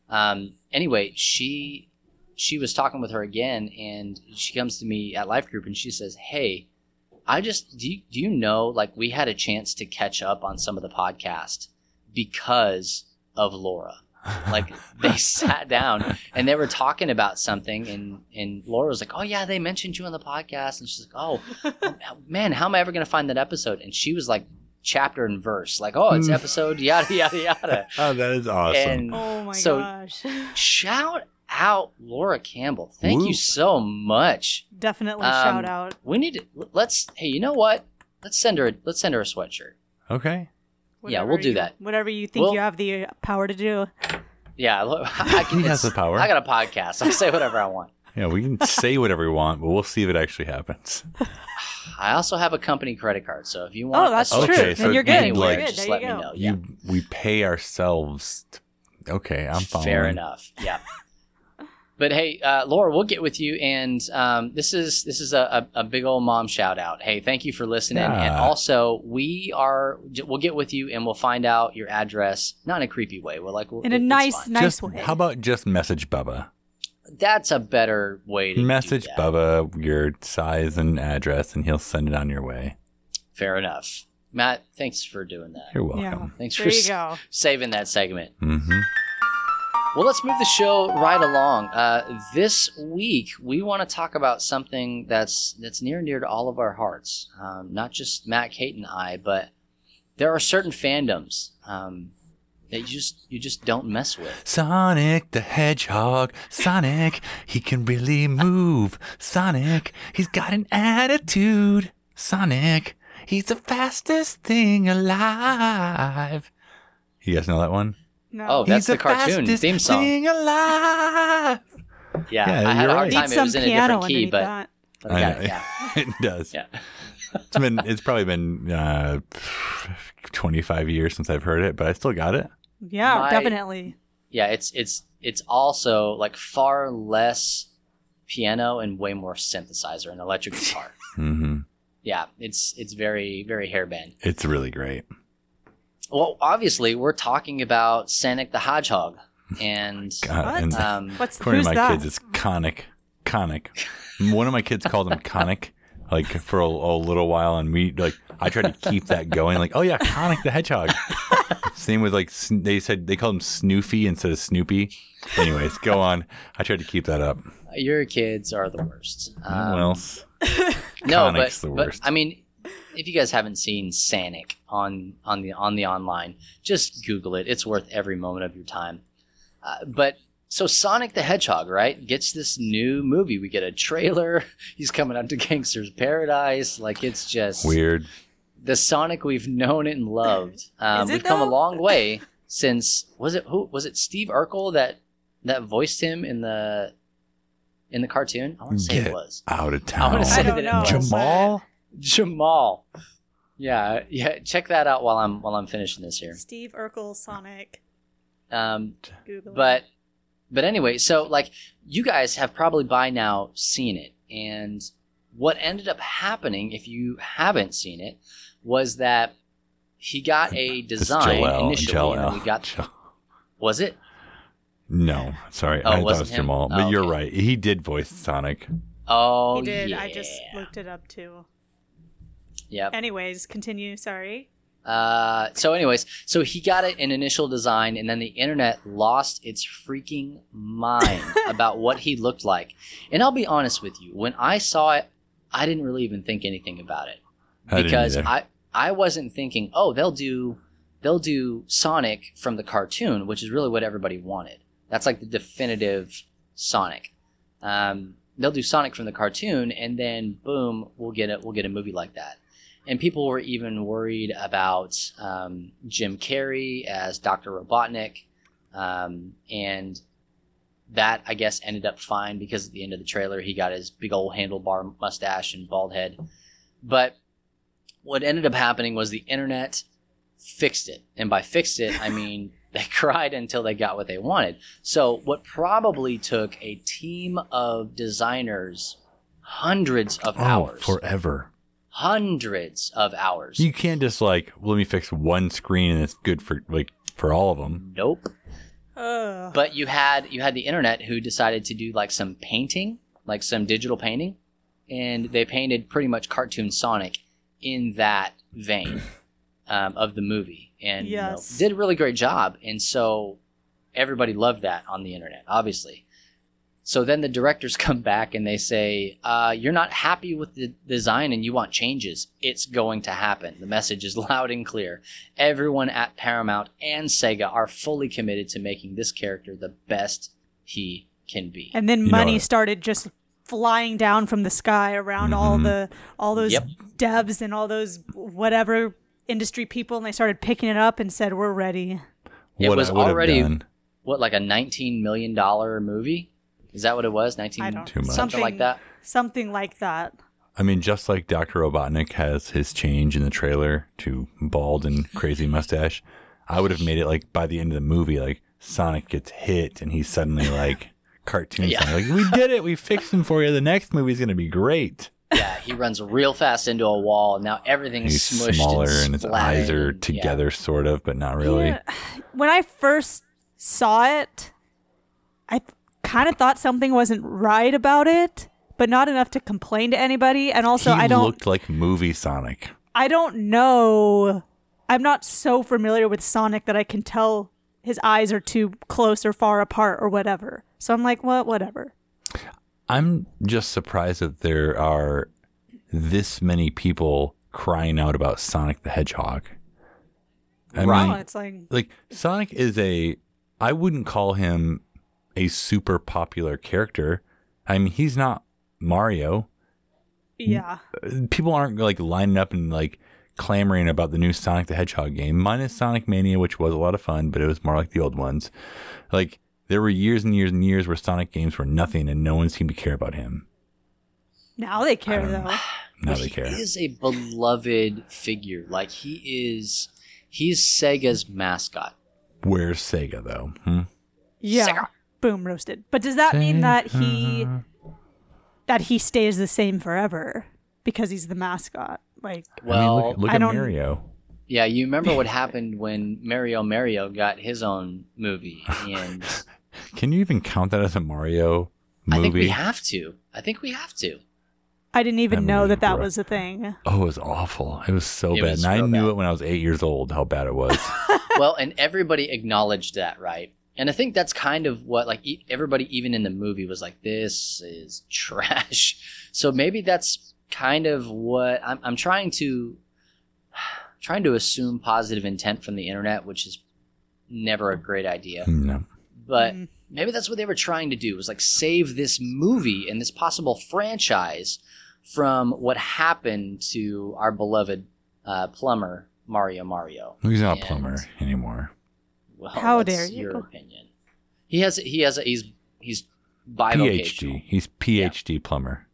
S1: Um, anyway, she she was talking with her again, and she comes to me at life group, and she says, "Hey, I just do you, do you know like we had a chance to catch up on some of the podcast because of Laura." like they sat down and they were talking about something and and laura was like oh yeah they mentioned you on the podcast and she's like oh man how am i ever going to find that episode and she was like chapter and verse like oh it's
S3: Mm.
S1: episode yada yada yada
S3: oh, that is awesome.
S1: and
S4: Oh my
S1: So-
S4: gosh.
S1: shout out laura campbell thank you
S3: Whoop.
S1: so much
S4: Definitely
S1: Um,
S4: shout out.
S1: we need to let's hey you know what let's send her let's send her a sweatshirt
S3: okay.
S1: yeah, we'll
S4: whatever
S1: do
S4: you-
S1: that.
S4: Whatever you think
S1: We'll-
S4: you have the power to do.
S1: Yeah, look, I can.
S3: He has
S1: it's-
S3: the power.
S1: I got a podcast. I say whatever I want.
S3: Yeah, we can say whatever we want, but we'll see if it actually happens.
S1: I also have a company credit card, so if you want,
S4: Oh, that's
S1: a-
S3: true. Okay, Then so you're good.
S1: anywhere,
S3: You're good.
S1: Just
S4: There
S1: let
S4: you
S1: me
S4: go.
S1: know. Yeah.
S3: You, we pay ourselves. t- okay, I'm following.
S1: Fair enough. Yeah. but hey, uh, Laura, we'll get with you. And um, this is this is a, a, a big old mom shout out. Hey, thank you for listening. And
S3: Yeah.
S1: also, we are we'll get with you and we'll find out your address, not in a creepy way. We're like we'll,
S4: in a
S1: it's
S4: nice,
S1: fine.
S4: nice
S3: Just,
S4: way.
S3: How about just message Bubba?
S1: That's a better way to do
S3: Message
S1: that.
S3: Bubba your size and address, and he'll send it on your way.
S1: Fair enough. Matt, thanks for doing that.
S3: You're
S4: Yeah.
S3: welcome.
S1: Thanks
S4: there
S1: for
S4: you
S1: s-
S4: go.
S1: saving that segment.
S3: hmm
S1: Well, let's move the show right along. Uh, this week, we want to talk about something that's that's near and dear to all of our hearts. Um, not just Matt, Kate, and I, but there are certain fandoms um, that you just you just don't mess with.
S3: Sonic the Hedgehog. Sonic, he can really move. Sonic, he's got an attitude. Sonic, he's the fastest thing alive. You guys know that one?
S4: No.
S1: Oh, that's
S3: he's
S1: the cartoon
S3: fastest
S1: theme song.
S3: Thing alive.
S1: Yeah,
S3: Yeah,
S1: I had a
S3: you're
S1: hard
S3: right.
S1: time.
S4: Need
S1: it
S4: some
S1: was in a
S4: piano
S1: different key,
S4: underneath
S1: but
S4: that.
S1: but I got it,
S3: I-
S1: yeah,
S3: it does.
S1: yeah.
S3: It's been. It's probably been uh, twenty-five years since I've heard it, but I still got it.
S4: Yeah,
S1: My-
S4: definitely.
S1: yeah it's it's it's also like far less piano and way more synthesizer and electric guitar
S3: hmm
S1: yeah it's it's very very hairband
S3: It's really great.
S1: well obviously we're talking about sonic the hedgehog and
S3: Oh God,
S4: What?
S3: Uh, and-
S1: um
S4: What's
S3: According
S4: who's
S3: to my
S4: that?
S3: kids, it's Conic. Conic. One of my kids called him Conic, like for a, a little while, and we like I tried to keep that going. Like, oh yeah, Conic the Hedgehog. Same with like Sn- they said they called him Snoofy instead of Snoopy. Anyways, go on. I tried to keep that up.
S1: your kids are the worst um,
S3: what else?
S1: no but,
S3: Conic's the
S1: but,
S3: worst.
S1: i mean if you guys haven't seen sonic on on the on the online just google it it's worth every moment of your time uh, but so sonic the hedgehog right gets this new movie we get a trailer he's coming out to gangsters paradise like it's just
S3: Weird.
S1: the sonic we've known and loved um,
S4: Is it
S1: we've come a
S4: though?
S1: long way since was it who was it steve urkel that that voiced him in the in the cartoon i want to say
S3: Get
S1: it was
S3: Out of
S1: I
S3: town.
S1: want to say
S4: I don't
S1: that it
S4: know.
S1: was.
S3: Jamal.
S1: Jamal. Yeah, yeah. Check that out while I'm while I'm finishing this here.
S4: Steve Urkel, Sonic,
S1: Um,
S4: Google.
S1: but but anyway, so like you guys have probably by now seen it, and what ended up happening, if you haven't seen it, was that he got a
S3: It's
S1: design
S3: Jell-El,
S1: initially, and
S3: Jell-El.
S1: then we got
S3: Jell-
S1: was it?
S3: No, sorry,
S1: Oh,
S3: I thought it
S1: wasn't
S3: was
S1: him?
S3: Jamal, but
S1: Oh,
S3: you're
S1: okay.
S3: right. He did voice Sonic.
S1: Oh,
S4: he did.
S1: yeah.
S4: I just looked it up too.
S1: Yep.
S4: Anyways, continue. Sorry.
S1: Uh, so, anyways, so he got it in initial design, and then the internet lost its freaking mind about what he looked like. And I'll be honest with you, when I saw it, I didn't really even think anything about it
S3: I didn't
S1: because
S3: either.
S1: I I wasn't thinking, oh, they'll do they'll do Sonic from the cartoon, which is really what everybody wanted. That's like the definitive Sonic. Um, they'll do Sonic from the cartoon, and then boom, we'll get it. We'll get a movie like that. And people were even worried about um, Jim Carrey as Doctor Robotnik, um, and that I guess ended up fine because at the end of the trailer he got his big old handlebar mustache and bald head. But what ended up happening was the internet fixed it. And by fixed it, I mean they cried until they got what they wanted. So, what probably took a team of designers hundreds of
S3: oh,
S1: hours,
S3: forever.
S1: hundreds of hours.
S3: You can't just like let me fix one screen and it's good for like for all of them.
S1: nope.
S4: Ugh.
S1: But you had you had the internet who decided to do like some painting, like some digital painting, and they painted pretty much cartoon Sonic in that vein um, of the movie, and you know,
S4: Yes.
S1: did a really great job. And so everybody loved that on the internet, obviously. So then the directors come back and they say, uh, "You're not happy with the design and you want changes. It's going to happen." The message is loud and clear. Everyone at Paramount and Sega are fully committed to making this character the best he can be.
S4: and then
S3: know
S4: money
S3: what?
S4: started just flying down from the sky around all
S3: Mhm.
S4: the all those
S1: Yep.
S4: devs and all those whatever industry people, and they started picking it up and said, "We're ready."
S1: It
S3: What
S1: was
S3: I would have
S1: already-
S3: done
S1: what like a 19 million dollar movie? Is that what it was? 19
S4: I don't
S3: Too much.
S1: something like that.
S4: Something like that.
S3: I mean, just like Dr. Robotnik has his change in the trailer to bald and crazy mustache, I would have made it like by the end of the movie, like Sonic gets hit and he's suddenly like cartoon
S1: Yeah.
S3: Sonic. Like, we did it. We fixed him for you. The next movie's going to be great.
S1: Yeah, he runs real fast into a wall, and now everything's
S3: He's
S1: smushed
S3: smaller
S1: and,
S3: and his
S1: splattered
S3: eyes are
S1: and- yeah.
S3: together, sort of, but not really.
S4: Yeah. When I first saw it, I kind of thought something wasn't right about it, but not enough to complain to anybody. And also,
S3: he
S4: I don't,
S3: looked like movie Sonic.
S4: I don't know. I'm not so familiar with Sonic that I can tell his eyes are too close or far apart or whatever. So I'm like, what, whatever.
S3: I'm just surprised that there are this many people crying out about Sonic the Hedgehog. I
S1: Right.
S4: No,
S3: mean,
S4: it's like
S3: like Sonic is a I wouldn't call him a super popular character. I mean, he's not Mario.
S4: yeah,
S3: Uh, People aren't like lining up and like clamoring about the new Sonic the Hedgehog game, minus Sonic Mania, which was a lot of fun, but it was more like the old ones. Like there were years and years and years where Sonic games were nothing, and no one seemed to care about him.
S4: now they care
S3: don't
S4: though.
S3: know. Now
S1: But
S3: they care.
S1: He is a beloved figure. Like he is, he's Sega's mascot.
S3: Where's Sega though? Hmm?
S4: Yeah,
S1: Sarah.
S4: boom roasted. But does that mean that he
S3: Uh-huh.
S4: that he stays the same forever because he's the mascot? Like,
S1: Well,
S3: I mean, look, look
S4: I
S3: at
S4: don't-
S3: Mario.
S1: yeah, you remember what happened when Mario Mario got his own movie, and
S3: Can you even count that as a Mario movie?
S1: I think we have to. I think we have to.
S4: I didn't even
S3: I
S4: know
S3: mean,
S4: that that
S3: right.
S4: was a thing.
S3: Oh, it was awful. It was so
S1: It
S3: bad.
S1: was
S3: and I
S1: real
S3: knew
S1: bad.
S3: it when I was eight years old how bad it was.
S1: well, and everybody acknowledged that, right? And I think that's kind of what like e- everybody even in the movie was like this is trash. So maybe that's kind of what I'm I'm trying to trying to assume positive intent from the internet, which is never a great idea.
S3: no.
S1: But
S4: Mm.
S1: maybe that's what they were trying to do was like save this movie and this possible franchise from what happened to our beloved uh, plumber Mario Mario.
S3: He's not
S1: And-
S3: a plumber anymore.
S1: Well,
S4: How
S1: that's
S4: dare you.
S1: Your opinion. He has. He has. A, he's. He's bivocational.
S3: PhD. He's PhD plumber.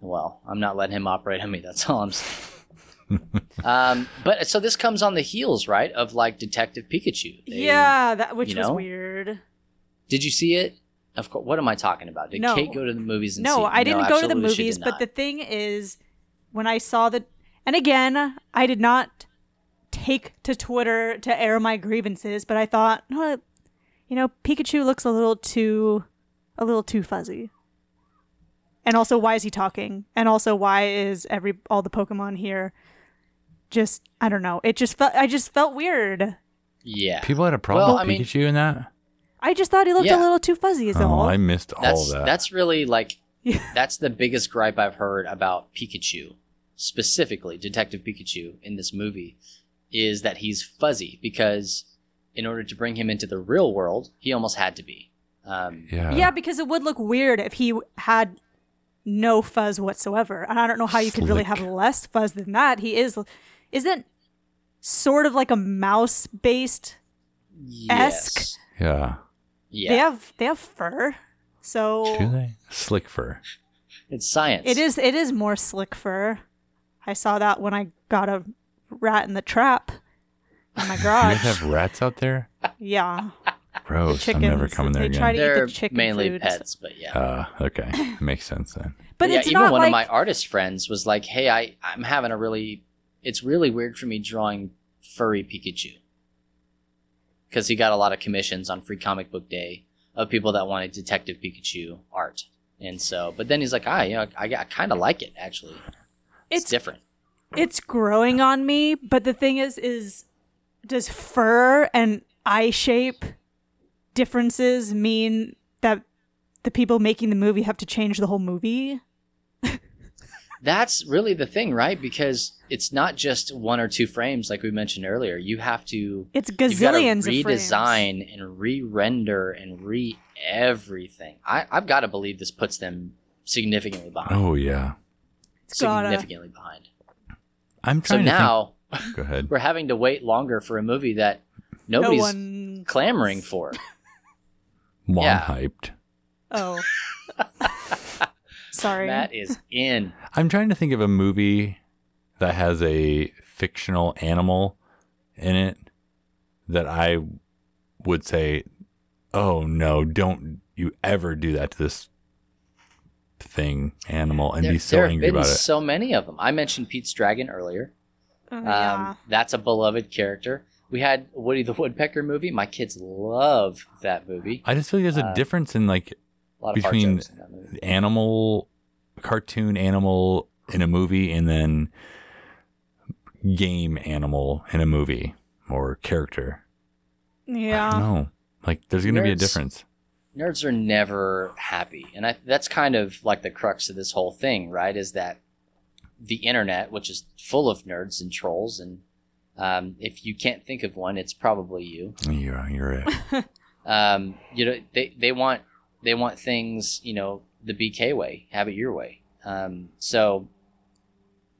S1: Well, I'm not letting him operate on me. That's all I'm saying. um, but so this comes on the heels, right, of like Detective Pikachu. They-
S4: yeah, that which
S1: you
S4: was
S1: know?
S4: weird.
S1: Did you see it? Of course. What am I talking about? Did
S4: No.
S1: Kate go to the movies? And see
S4: No,
S1: it?
S4: I didn't go to the
S1: absolutely she
S4: movies,
S1: did
S4: but
S1: not.
S4: the thing is, when I saw the, and again, I did not take to Twitter to air my grievances, but I thought, no, you know, Pikachu looks a little too, a little too fuzzy. And also, why is he talking? And also, why is every all the Pokemon here? Just I don't know. It just felt I just felt weird.
S1: yeah.
S3: People had a problem
S1: Well, I
S3: with
S1: mean-
S3: Pikachu in that?
S4: I just thought he looked
S1: Yeah.
S4: a little too fuzzy. Is
S3: oh,
S4: all.
S3: I missed all
S1: that's
S3: that.
S1: that's really like
S4: Yeah.
S1: that's the biggest gripe I've heard about Pikachu, specifically Detective Pikachu in this movie, is that he's fuzzy because in order to bring him into the real world, he almost had to be. Um,
S3: yeah.
S4: yeah, because it would look weird if he had no fuzz whatsoever. And I don't know how you could really have
S3: Slick.
S4: less fuzz than that. He is isn't sort of like a mouse based.
S1: yes.
S3: Yeah.
S1: Yeah.
S4: They have they have fur.
S3: Do
S4: So
S3: they? Slick fur.
S1: It's science.
S4: it is it is more slick fur. I saw that when I got a rat in the trap in my
S3: Do you guys
S4: garage.
S3: have rats out there?
S4: yeah.
S3: Gross. I'm never
S4: chickens,
S3: coming there
S4: they try
S3: again.
S4: to-
S1: They're
S4: the chicken
S1: mainly
S4: food.
S1: pets, but yeah.
S3: Uh, okay. Makes sense then.
S4: But
S1: yeah,
S4: it's
S1: even
S4: not
S1: one
S4: like
S1: of my artist friends was like, "Hey, I I'm having a really it's really weird for me drawing furry Pikachu." Cuz he got a lot of commissions on Free Comic Book Day of people that wanted Detective Pikachu art. And so, but then he's like, "Ah, you know, I, I kind of like it actually. It's,
S4: it's
S1: different."
S4: it's growing on me but the thing is is does fur and eye shape differences mean that the people making the movie have to change the whole movie
S1: That's really the thing, right? Because it's not just one or two frames like we mentioned earlier. You have to
S4: it's
S1: You've gotta
S4: gazillions of frames.
S1: redesign and re-render and re everything. I, I've got to believe this puts them significantly behind.
S3: Oh, yeah.
S4: It's gotta-
S1: significantly behind.
S3: I'm
S1: So
S3: trying to
S1: now
S3: think. Go ahead.
S1: we're having to wait longer for a movie that Nobody's
S4: no one.
S1: clamoring for.
S3: Mom
S1: Yeah.
S3: hyped.
S4: Oh, sorry.
S1: Matt is in.
S3: I'm trying to think of a movie that has a fictional animal in it that I would say, "Oh no, don't you ever do that to this thing animal and
S1: there,
S3: be so
S1: there have
S3: angry
S1: been
S3: about it."
S1: So many of them. I mentioned Pete's Dragon earlier.
S4: Oh,
S1: Um,
S4: yeah.
S1: That's a beloved character. We had Woody the Woodpecker movie. My kids love that movie.
S3: I just feel like there's a
S1: uh,
S3: difference in like
S1: A lot of
S3: between-
S1: hard jokes in that movie.
S3: animal cartoon animal in a movie and then game animal in a movie or character. I don't
S4: Yeah.
S3: know. Like there's going to be a
S1: Nerds.
S3: difference.
S1: Nerds are never happy, and I, that's kind of like the crux of this whole thing, right? Is that the internet, which is full of nerds and trolls, and um, if you can't think of one, it's probably you.
S3: You're you're right.
S1: um, you know they, they want they want things you know the BK way, have it your way. Um, so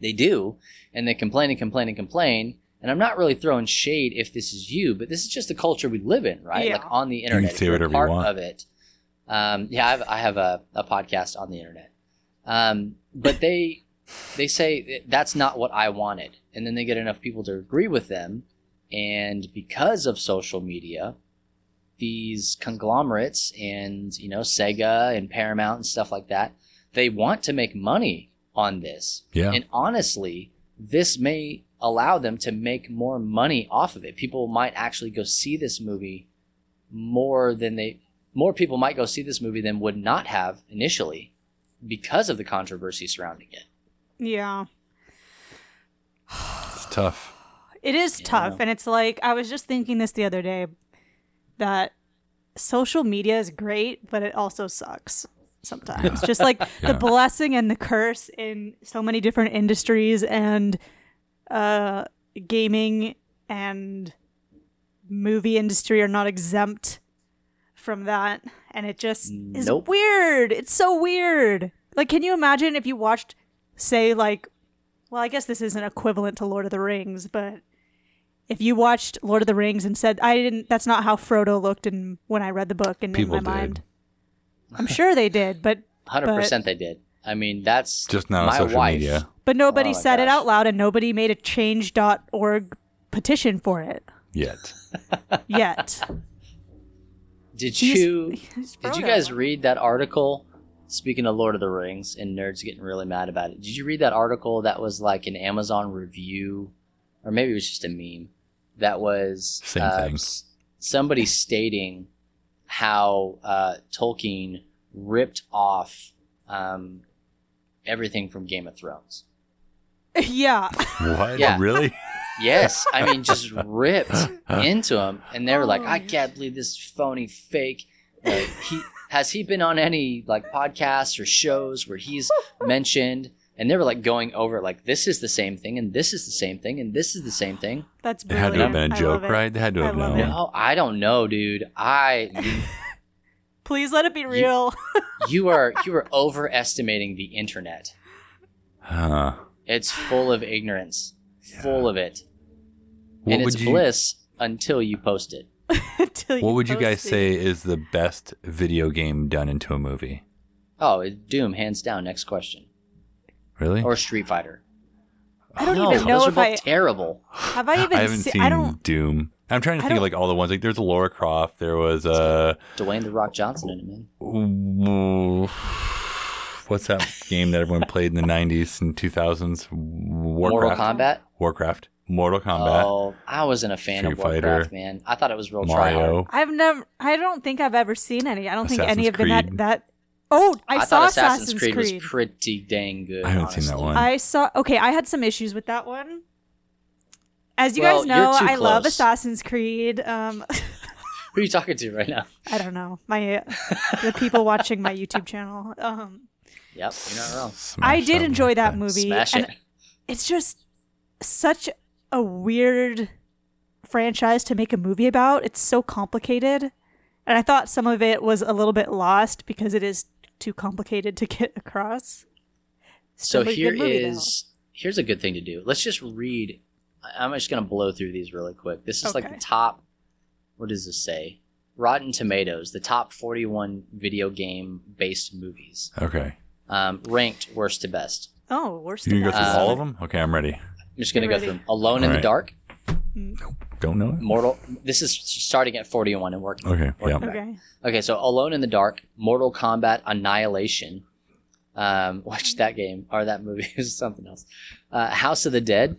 S1: they do, and they complain and complain and complain. And I'm not really throwing shade if this is you, but this is just the culture we live in, right?
S4: Yeah.
S1: Like on the
S3: can
S1: internet,
S3: say
S1: if you're a
S3: whatever you
S1: part
S3: want.
S1: of it. Um, yeah, I have, I have a, a podcast on the internet, um, but they they say that's not what I wanted, and then they get enough people to agree with them, and because of social media these conglomerates and you know sega and paramount and stuff like that they want to make money on this
S3: Yeah.
S1: and honestly this may allow them to make more money off of it people might actually go see this movie more than they more people might go see this movie than would not have initially because of the controversy surrounding it
S4: Yeah.
S3: It's tough.
S4: It is
S1: Yeah.
S4: tough. And it's like, I was just thinking this the other day that social media is great, but it also sucks sometimes. just like
S3: Yeah.
S4: the blessing and the curse in so many different industries and uh, gaming and movie industry are not exempt from that. And it just is
S1: Nope.
S4: weird. It's so weird. Like, can you imagine if you watched, say, like, well, I guess this isn't equivalent to Lord of the Rings, but if you watched Lord of the Rings and said, "I didn't," that's not how Frodo looked, and when I read the book, and
S3: People
S4: in my
S3: did.
S4: mind, I'm sure they did, but
S1: 100% they did i mean that's
S3: Just not on
S1: my
S3: social
S1: wife
S3: media.
S4: but
S1: Oh
S4: nobody
S1: my
S4: said it
S1: gosh.
S4: out loud, and nobody made a change.org petition for it
S3: Yet.
S4: yet.
S1: did
S4: He's-
S1: you
S4: It's
S1: Did you
S4: Frodo.
S1: guys read that article? Speaking of Lord of the Rings and nerds getting really mad about it, did you read that article that was like an Amazon review, or maybe it was just a meme that was uh,
S3: Same thing.
S1: s- somebody stating how uh, Tolkien ripped off um, everything from Game of Thrones.
S4: yeah,
S3: What?
S1: Yeah.
S3: Really?
S1: Yes, I mean just ripped into him, and they were like,
S4: Oh,
S1: "I
S4: yeah.
S1: can't believe this phony fake." Like, he has he been on any like podcasts or shows where he's mentioned, and they were like going over like this is the same thing, and this is the same thing, and this is the same thing.
S4: that's
S3: It had
S4: brilliant.
S3: to have been a
S4: I
S3: joke,
S4: love it.
S3: right? They had to
S4: I
S3: have
S4: love
S3: known.
S4: it.
S1: No, I don't know, dude. I
S4: Please let it be real.
S1: you are you are overestimating the internet.
S3: Huh.
S1: It's full of ignorance, full of it,
S3: What
S1: and
S3: would
S1: it's
S3: you
S1: bliss until you post it.
S4: Until
S3: What would you guys
S4: post it.
S3: say is the best video game done into a movie?
S1: Oh, it's Doom, hands down. Next question,
S3: Really?
S1: or Street Fighter.
S4: I don't
S1: No,
S4: even know
S1: those are
S4: if
S1: both
S4: I
S1: terrible.
S4: have. I even.
S3: I haven't
S4: se-
S3: seen
S4: I don't.
S3: Doom. I'm trying to
S4: I
S3: think of
S4: don't-
S3: like all the ones. Like there's Laura Croft. There was uh,
S1: Dwayne the Rock Johnson in it, man.
S3: w- what's that game that everyone played in the 90s and 2000s? Warcraft.
S1: Mortal Kombat.
S3: Warcraft. Mortal Kombat.
S1: Oh, I wasn't a fan of
S3: Street Fighter.
S1: Warcraft, man. I thought it was real tryhard.
S3: Mario.
S4: I've never. I don't think I've ever seen any. I don't think any
S3: Assassin's
S4: of them had
S3: Creed.
S4: that. Oh, I, saw
S1: thought Assassin's, Creed,
S4: Creed.
S1: was pretty dang good.
S3: I haven't seen that
S1: honestly.
S3: one.
S4: I saw. Okay, I had some issues with that one. As you
S1: Well,
S4: guys know,
S1: you're too
S4: I love
S1: close.
S4: Assassin's Creed. Um,
S1: Who are you talking to right now?
S4: I don't know my the people watching my YouTube channel. Um,
S1: Yep, you're not wrong.
S4: I
S3: Smash
S4: did enjoy that
S3: thing.
S4: movie.
S1: Smash
S4: and
S1: it.
S4: It's just such a weird franchise to make a movie about. It's so complicated, and I thought some of it was a little bit lost because it is too complicated to get across.
S1: So
S4: Still a
S1: here
S4: good movie, though.
S1: is here's a good thing to do. Let's just read. I- I'm just gonna blow through these really quick. This is like
S4: Okay.
S1: the top what does this say? Rotten Tomatoes, the top 41 video game based movies,
S3: Okay.
S1: um, ranked worst to best.
S4: Oh, worst.
S3: You can go through
S1: Uh,
S3: all of them? Okay, I'm ready.
S1: I'm just gonna
S4: You
S1: go
S4: ready?
S1: through 'em. Alone in the
S3: Alright.
S1: Dark,
S3: Don't know it?
S1: Mortal. This is starting at 41 and working.
S3: Okay, yeah.
S1: back.
S4: Okay.
S1: Okay, so Alone in the Dark, Mortal Kombat Annihilation. Um, watch that game or that movie is something else. Uh, House of the Dead.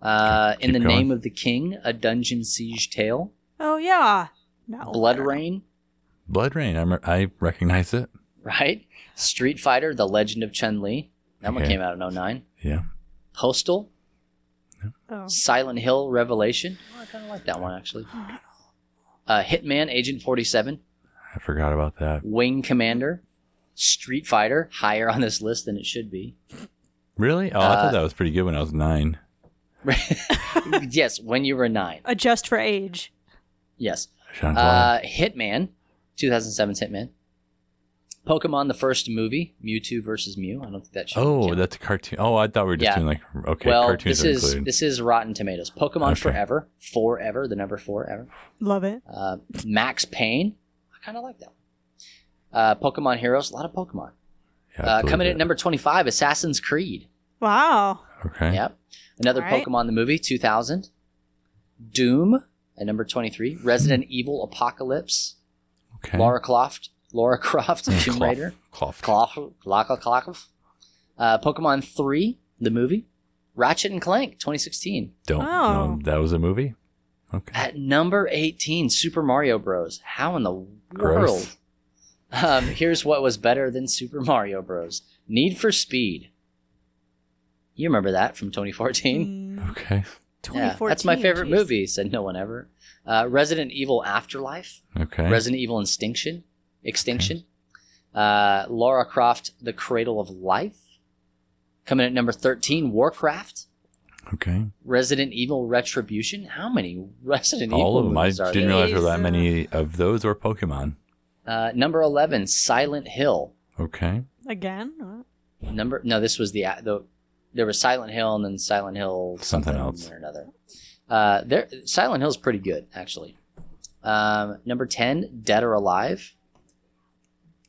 S1: Uh, in
S3: Keep
S1: the
S3: going.
S1: Name of the King, a Dungeon Siege Tale,
S4: Oh yeah. No.
S1: Blood Rain,
S3: Blood Rain. I'm, I recognize it.
S1: right? Street Fighter, The Legend of Chun Li. That one
S3: Okay.
S1: came out in 09.
S3: Yeah.
S1: Postal,
S4: Oh.
S1: Silent Hill Revelation. Oh, I kind of like that one actually. Uh, Hitman, Agent 47,
S3: I forgot about that.
S1: Wing Commander, Street Fighter, higher on this list than it should be.
S3: Really? Oh, I
S1: Uh,
S3: thought that was pretty good when I was nine.
S1: yes, when you were nine.
S4: Adjust for age.
S1: Yes.
S3: Sean Paul.
S1: Uh, Hitman, 2007's Hitman. Pokemon, the first movie, Mewtwo versus Mew. I don't think that should.
S3: oh,
S1: count.
S3: that's a cartoon. Oh, I thought we were just
S1: Yeah.
S3: doing like, okay,
S1: well,
S3: cartoons
S1: this
S3: are
S1: is
S3: included.
S1: this is Rotten Tomatoes. Pokemon
S3: Okay.
S1: Forever, forever, the number four ever.
S4: Love it.
S1: Uh, Max Payne, I kind of like that. one. Uh, Pokemon Heroes, a lot of Pokemon.
S3: Yeah, I
S1: Uh,
S3: believe
S1: coming in
S3: it.
S1: at number twenty-five, Assassin's Creed.
S4: Wow.
S3: Okay.
S1: Yep. Another
S4: All right.
S1: Pokemon the movie, 2000. Doom at number 23. Resident Evil Apocalypse.
S3: Hmm. Okay.
S1: Laura Croft. Laura Croft, Tomb
S3: Cloth-
S1: Raider.
S3: Cloth.
S1: Cloth, Clock, Clock. Uh, Pokemon 3, the movie. Ratchet and Clank, 2016.
S3: Don't
S4: Oh.
S3: know. That was a movie? Okay.
S1: At number 18, Super Mario Bros. How in the
S3: Gross.
S1: world? Um, here's what was better than Super Mario Bros. Need for Speed. You remember that from 2014?
S4: Mm,
S3: Okay.
S1: Yeah, that's my
S4: 2014,
S1: favorite
S4: jeez.
S1: movie, said no one ever. Uh, Resident Evil Afterlife,
S3: Okay.
S1: Resident Evil Extinction, Extinction, uh, Laura Croft, The Cradle of Life, coming at number 13, Warcraft,
S3: okay.
S1: Resident Evil Retribution. How many Resident
S3: All
S1: Evil
S3: of them. I
S1: movies are
S3: didn't
S1: there?
S3: realize there were that
S4: Jeez.
S3: many of those or Pokemon.
S1: Uh, number 11, Silent Hill.
S3: Okay.
S4: Again? What?
S1: Number No, this was the, the there was Silent Hill and then Silent Hill
S3: Something else.
S1: or another. Uh, there, Silent Hill's pretty good actually. Um, number ten, Dead or Alive.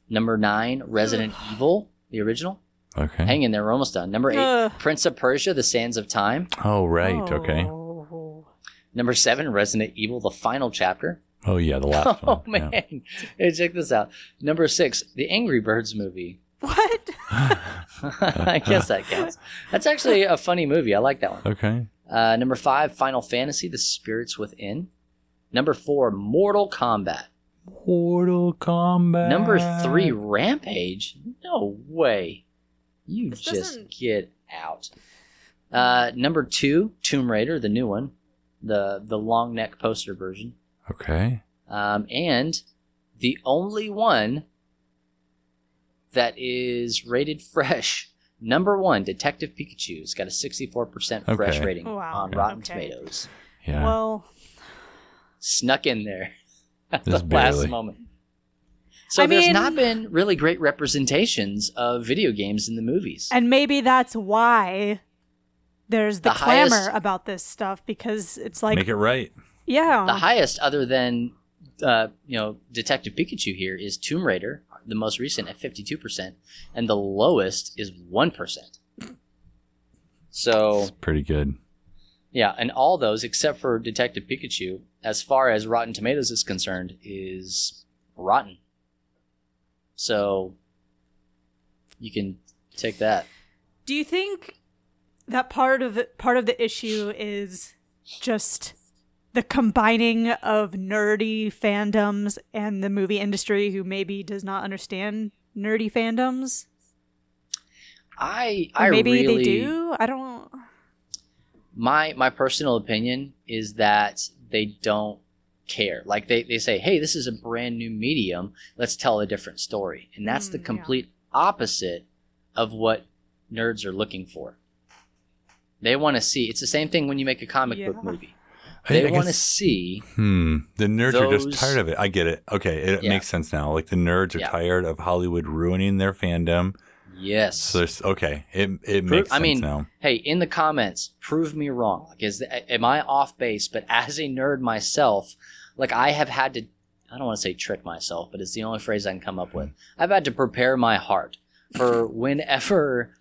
S1: Number nine, Resident Evil, the original.
S3: Okay.
S1: Hang in there, we're almost done. Number eight,
S4: Ugh.
S1: Prince of Persia, The Sands of Time.
S3: Oh, right. Okay.
S4: Oh.
S1: Number seven, Resident Evil, The Final Chapter.
S3: Oh, yeah. The last one.
S1: Oh man, hey, check this out. Number six, The Angry Birds movie.
S4: What?
S3: Yeah.
S1: I guess that counts. That's actually a funny movie. I like that one.
S3: okay.
S1: Uh, number five, Final Fantasy: The Spirits Within. Number four, Mortal Kombat.
S3: Mortal Kombat.
S1: Number three, Rampage. No way. You
S4: This
S1: just
S4: doesn't-
S1: get out. Uh, number two, Tomb Raider, the new one, the the long neck poster version,
S3: Okay.
S1: um, and the only one that is rated fresh. Number one, Detective Pikachu. It's got a sixty-four percent fresh
S3: Okay.
S1: rating
S4: Wow.
S1: on Rotten
S4: Okay.
S1: Tomatoes.
S3: Yeah.
S4: Well,
S1: snuck in there at
S3: Just
S1: the
S3: barely.
S1: last moment. So
S4: I
S1: there's
S4: mean-
S1: not been really great representations of video games in the movies.
S4: and maybe that's why there's the,
S1: The
S4: clamor
S1: highest-
S4: about this stuff because it's like,
S3: Make it right.
S4: yeah.
S1: the highest, other than uh, you know Detective Pikachu, here is Tomb Raider, the most recent at 52 percent, and the lowest is one percent. So
S3: It's pretty good.
S1: yeah, and all those except for Detective Pikachu, as far as Rotten Tomatoes is concerned, is rotten. So you can take that.
S4: Do you think that part of part of the issue is just the combining of nerdy fandoms and the movie industry who maybe does not understand nerdy fandoms?
S1: I
S4: Or
S1: I
S4: maybe
S1: really
S4: they do. I don't.
S1: my my personal opinion is that they don't care. Like they they say, "Hey, this is a brand new medium. Let's tell a different story." And that's the
S4: Mm, yeah.
S1: complete opposite of what nerds are looking for. They want to see. It's the same thing when you make a comic book
S4: Yeah.
S1: movie.
S3: I- I
S1: They want to
S3: guess-
S1: see
S3: Hmm. The nerds are
S1: Those-
S3: just tired of it. I get it. Okay. It
S1: Yeah.
S3: makes sense now. Like the nerds are
S1: Yeah.
S3: tired of Hollywood ruining their fandom
S1: Yes.
S3: So there's okay. It it makes
S1: I
S3: sense
S1: mean,
S3: now.
S1: hey, in the comments, prove me wrong. Like, is am I off base? But as a nerd myself, like I have had to, I don't want to say trick myself, but it's the only phrase I can come up with. I've had to prepare my heart for whenever,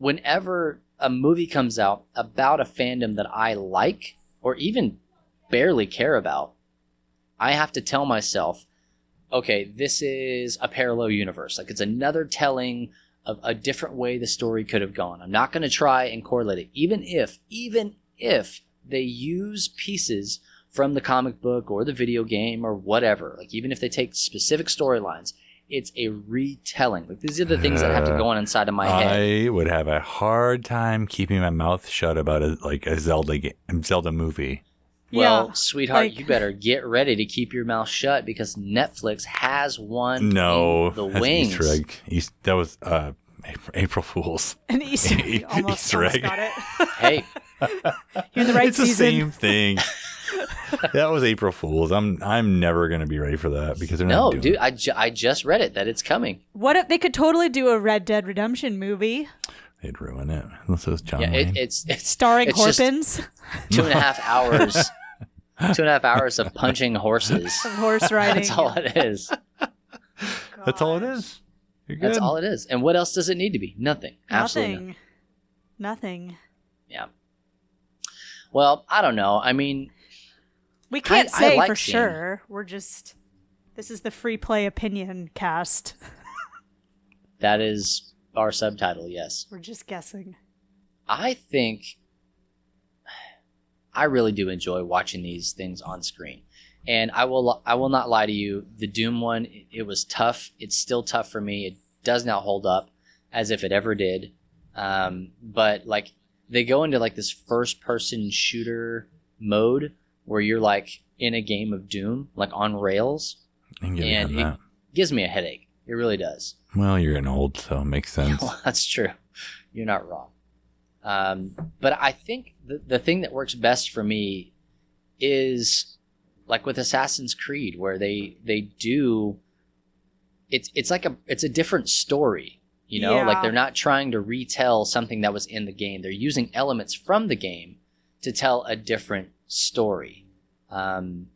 S1: whenever a movie comes out about a fandom that I like or even barely care about, I have to tell myself, okay, this is a parallel universe. Like it's another telling of a different way the story could have gone. I'm not going to try and correlate it, even if, even if they use pieces from the comic book or the video game or whatever. Like even if they take specific storylines, it's a retelling. Like these are the things that have to go on inside of my head.
S3: I would have a hard time keeping my mouth shut about a, like a Zelda game, Zelda movie.
S1: Well,
S4: yeah.
S1: sweetheart,
S4: like-
S1: you better get ready to keep your mouth shut because Netflix has one.
S3: No,
S1: in the
S3: that's an
S1: wings.
S3: Easter egg. Eas- that was uh, Ap- April Fools.
S4: An Easter egg. Almost,
S3: Easter
S4: almost
S3: egg.
S4: got it.
S1: Hey,
S4: You're in the right
S3: it's
S4: season.
S3: the same thing. that was April Fools. I'm I'm never gonna be ready for that because they're
S1: no,
S3: not doing
S1: dude,
S3: it.
S1: I, ju- I just read it that it's coming.
S4: What if they could totally do a Red Dead Redemption movie
S3: They'd ruin it. This is John
S1: yeah,
S3: Wayne.
S1: it, it's it's
S4: starring
S1: It's just-
S4: Horpins
S1: two and a half hours two and a half hours of punching horses
S4: of horse riding?
S1: that's all it is
S3: That's all it
S4: Gosh.
S3: is. You're good.
S1: that's all it is and what else does it need to be nothing absolutely nothing.
S4: Nothing. Nothing.
S1: yeah well i don't know i mean
S4: We can't
S1: I
S4: say
S1: like
S4: for
S1: seeing-
S4: sure. We're just this is the free play opinion cast.
S1: that is our subtitle yes
S4: We're just guessing.
S1: i think i really do enjoy watching these things on screen and i will i will not lie to you the doom one it- it was tough it's still tough for me it does not hold up as if it ever did um, but like they go into like this first person shooter mode where you're like in a game of doom like on rails
S3: I can get
S1: and
S3: behind
S1: it-
S3: that.
S1: gives me a headache it really does
S3: Well, you're an old, so it makes sense.
S1: well, that's true. You're not wrong. Um, but I think the, the thing that works best for me is like with Assassin's Creed, where they they do it's it's like a it's a different story, you know. Like
S4: Yeah.
S1: they're not trying to retell something that was in the game. They're using elements from the game to tell a different story. Um,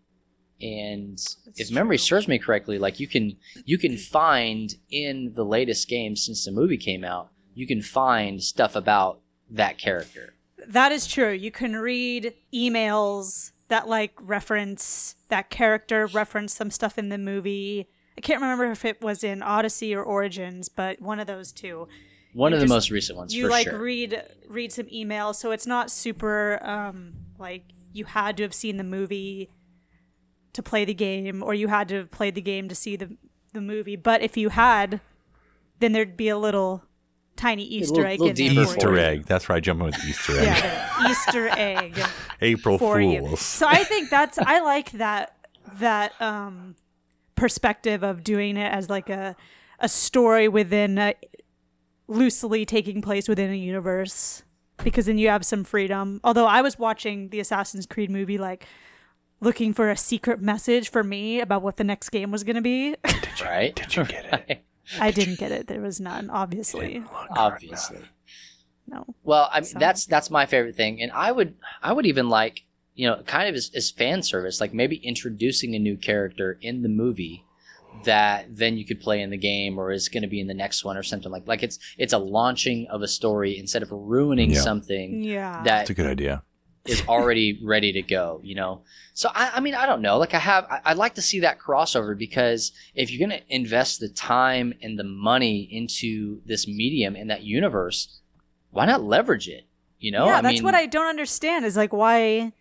S1: and if memory
S4: true.
S1: serves me correctly, like you can you can find in the latest game since the movie came out, you can find stuff about that character.
S4: That is true. You can read emails that like reference that character, reference some stuff in the movie. I can't remember if it was in Odyssey or Origins, but one of those two.
S1: One
S4: You
S1: of the
S4: just-
S1: most recent ones
S4: you
S1: for
S4: like
S1: sure.
S4: read read some emails, so it's not super um like you had to have seen the movie to play the game or you had to have played the game to see the the movie. But if you had, then there'd be a little tiny Easter
S1: little-
S4: egg
S1: little
S4: in
S1: deeper
S4: there. for
S1: for
S3: Easter
S4: you.
S3: egg. That's right. Jumping with Easter egg.
S4: Yeah, the Easter egg
S3: April
S4: for you.
S3: Fools.
S4: So I think that's I like that that um perspective of doing it as like a a story within a, loosely taking place within a universe because then you have some freedom. Although I was watching the Assassin's Creed movie like looking for a secret message for me about what the next game was going to be.
S1: right?
S3: Did you get it?
S4: I didn't get it. There was none obviously.
S1: Obviously.
S4: No.
S1: Well, I mean,
S4: So-
S1: that's that's my favorite thing, and I would I would even like you know kind of as, as fan service, like maybe introducing a new character in the movie that then you could play in the game or is going to be in the next one or something like like it's it's a launching of a story instead of ruining
S3: Yeah.
S1: something
S4: Yeah.
S1: that
S3: That's a good idea.
S1: is already ready to go, you know? So, I, I mean, I don't know. Like, I have, I, I'd like to see that crossover because if you're going to invest the time and the money into this medium and that universe, why not leverage it? You know?
S4: yeah,
S1: I
S4: that's
S1: mean,
S4: what I don't understand is like why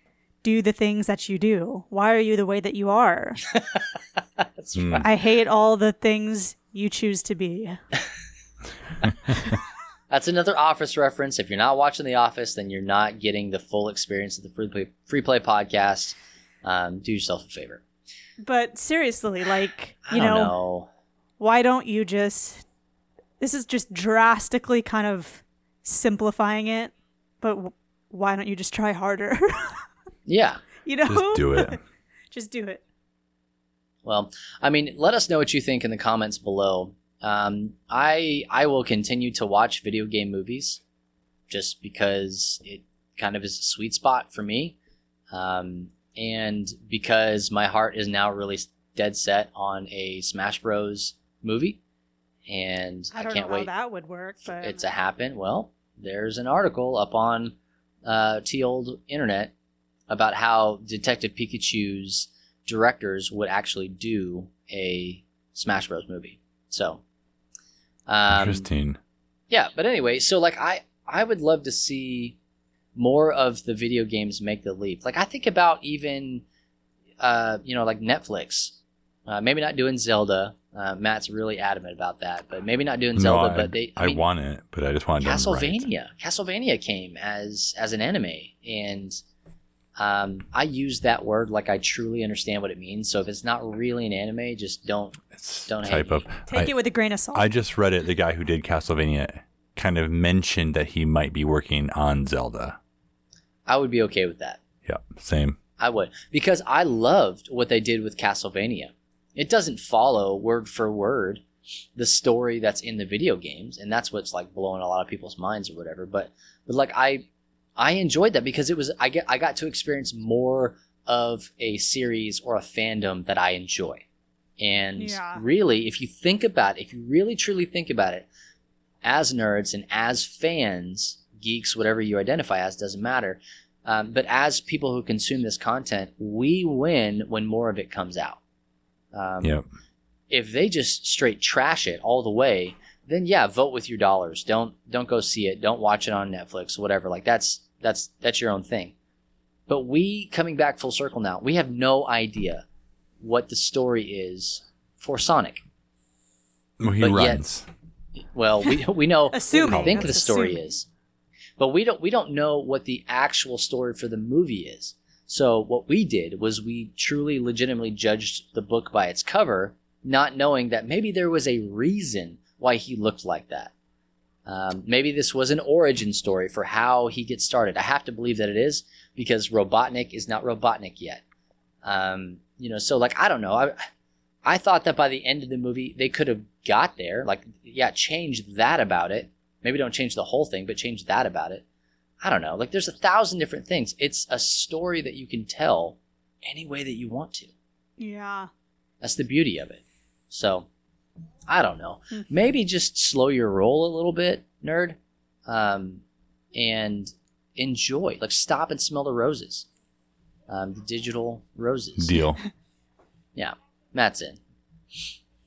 S4: do the things that you do? Why are you the way that you are?
S1: that's
S3: Mm.
S1: right.
S4: I hate all the things you choose to be.
S1: That's another Office reference. If you're not watching The Office, then you're not getting the full experience of the Free Play, free play podcast. Um, do yourself a favor.
S4: But seriously, like,
S1: I
S4: you
S1: don't
S4: know,
S1: know.
S4: why don't you just This is just drastically kind of simplifying it, but w- why don't you just try harder?
S1: Yeah.
S4: you know?
S3: Just do it.
S4: Just do it.
S1: Well, I mean, let us know what you think in the comments below. Um, I I will continue to watch video game movies, just because it kind of is a sweet spot for me, um, and because my heart is now really s- dead set on a Smash Bros. movie, and I,
S4: I don't
S1: can't
S4: know
S1: wait
S4: how that would work, but
S1: it to happen. Well, there's an article up on uh, T old internet about how Detective Pikachu's directors would actually do a Smash Bros. movie. So, um,
S3: Interesting.
S1: yeah. But anyway, so like I I would love to see more of the video games make the leap. Like I think about even uh, you know like Netflix. Uh, maybe not doing Zelda. Uh, Matt's really adamant about that, but maybe not doing
S3: No,
S1: Zelda.
S3: I-
S1: but they,
S3: I,
S1: mean,
S3: want it, but I just want it done right.
S1: Castlevania. Castlevania came as as an anime, and um, I use that word like I truly understand what it means. So if it's not really an anime, just don't.
S3: It's
S1: Don't hate
S3: type
S1: me.
S3: up.
S4: take
S3: I-
S4: it with a grain of salt.
S3: I just read it. The guy who did Castlevania kind of mentioned that he might be working on Zelda.
S1: I would be okay with that.
S3: Yeah, same.
S1: I would because I loved what they did with Castlevania. It doesn't follow word for word the story that's in the video games, and that's what's like blowing a lot of people's minds or whatever. But but like I I enjoyed that because it was I get I got to experience more of a series or a fandom that I enjoy. And
S4: Yeah.
S1: really, if you think about it, if you really truly think about it, as nerds and as fans, geeks, whatever you identify as, doesn't matter. Um, but as people who consume this content, we win when more of it comes out. Um,
S3: Yep.
S1: If they just straight trash it all the way, then yeah, vote with your dollars. Don't don't go see it. Don't watch it on Netflix. Whatever. Like that's that's that's your own thing. But we coming back full circle now. We have no idea what the story is for Sonic.
S3: Well, he
S1: But yet-
S3: runs.
S1: Well, we we know what
S4: Assuming,
S1: we think the
S4: that's
S1: story
S4: assuming.
S1: is, but we don't we don't know what the actual story for the movie is. So what we did was we truly legitimately judged the book by its cover, not knowing that maybe there was a reason why he looked like that. Um, maybe this was an origin story for how he gets started. I have to believe that it is because Robotnik is not Robotnik yet. Um, you know, so like I don't know. I I thought that by the end of the movie they could have got there. Like, yeah, change that about it. Maybe don't change the whole thing, but change that about it. I don't know. Like, there's a thousand different things. It's a story that you can tell any way that you want to.
S4: yeah,
S1: That's the beauty of it. So, I don't know.
S4: Hmm.
S1: Maybe just slow your roll a little bit, nerd, um, and enjoy. Like, stop and smell the roses, um, the digital roses.
S3: Deal.
S1: Matt's in.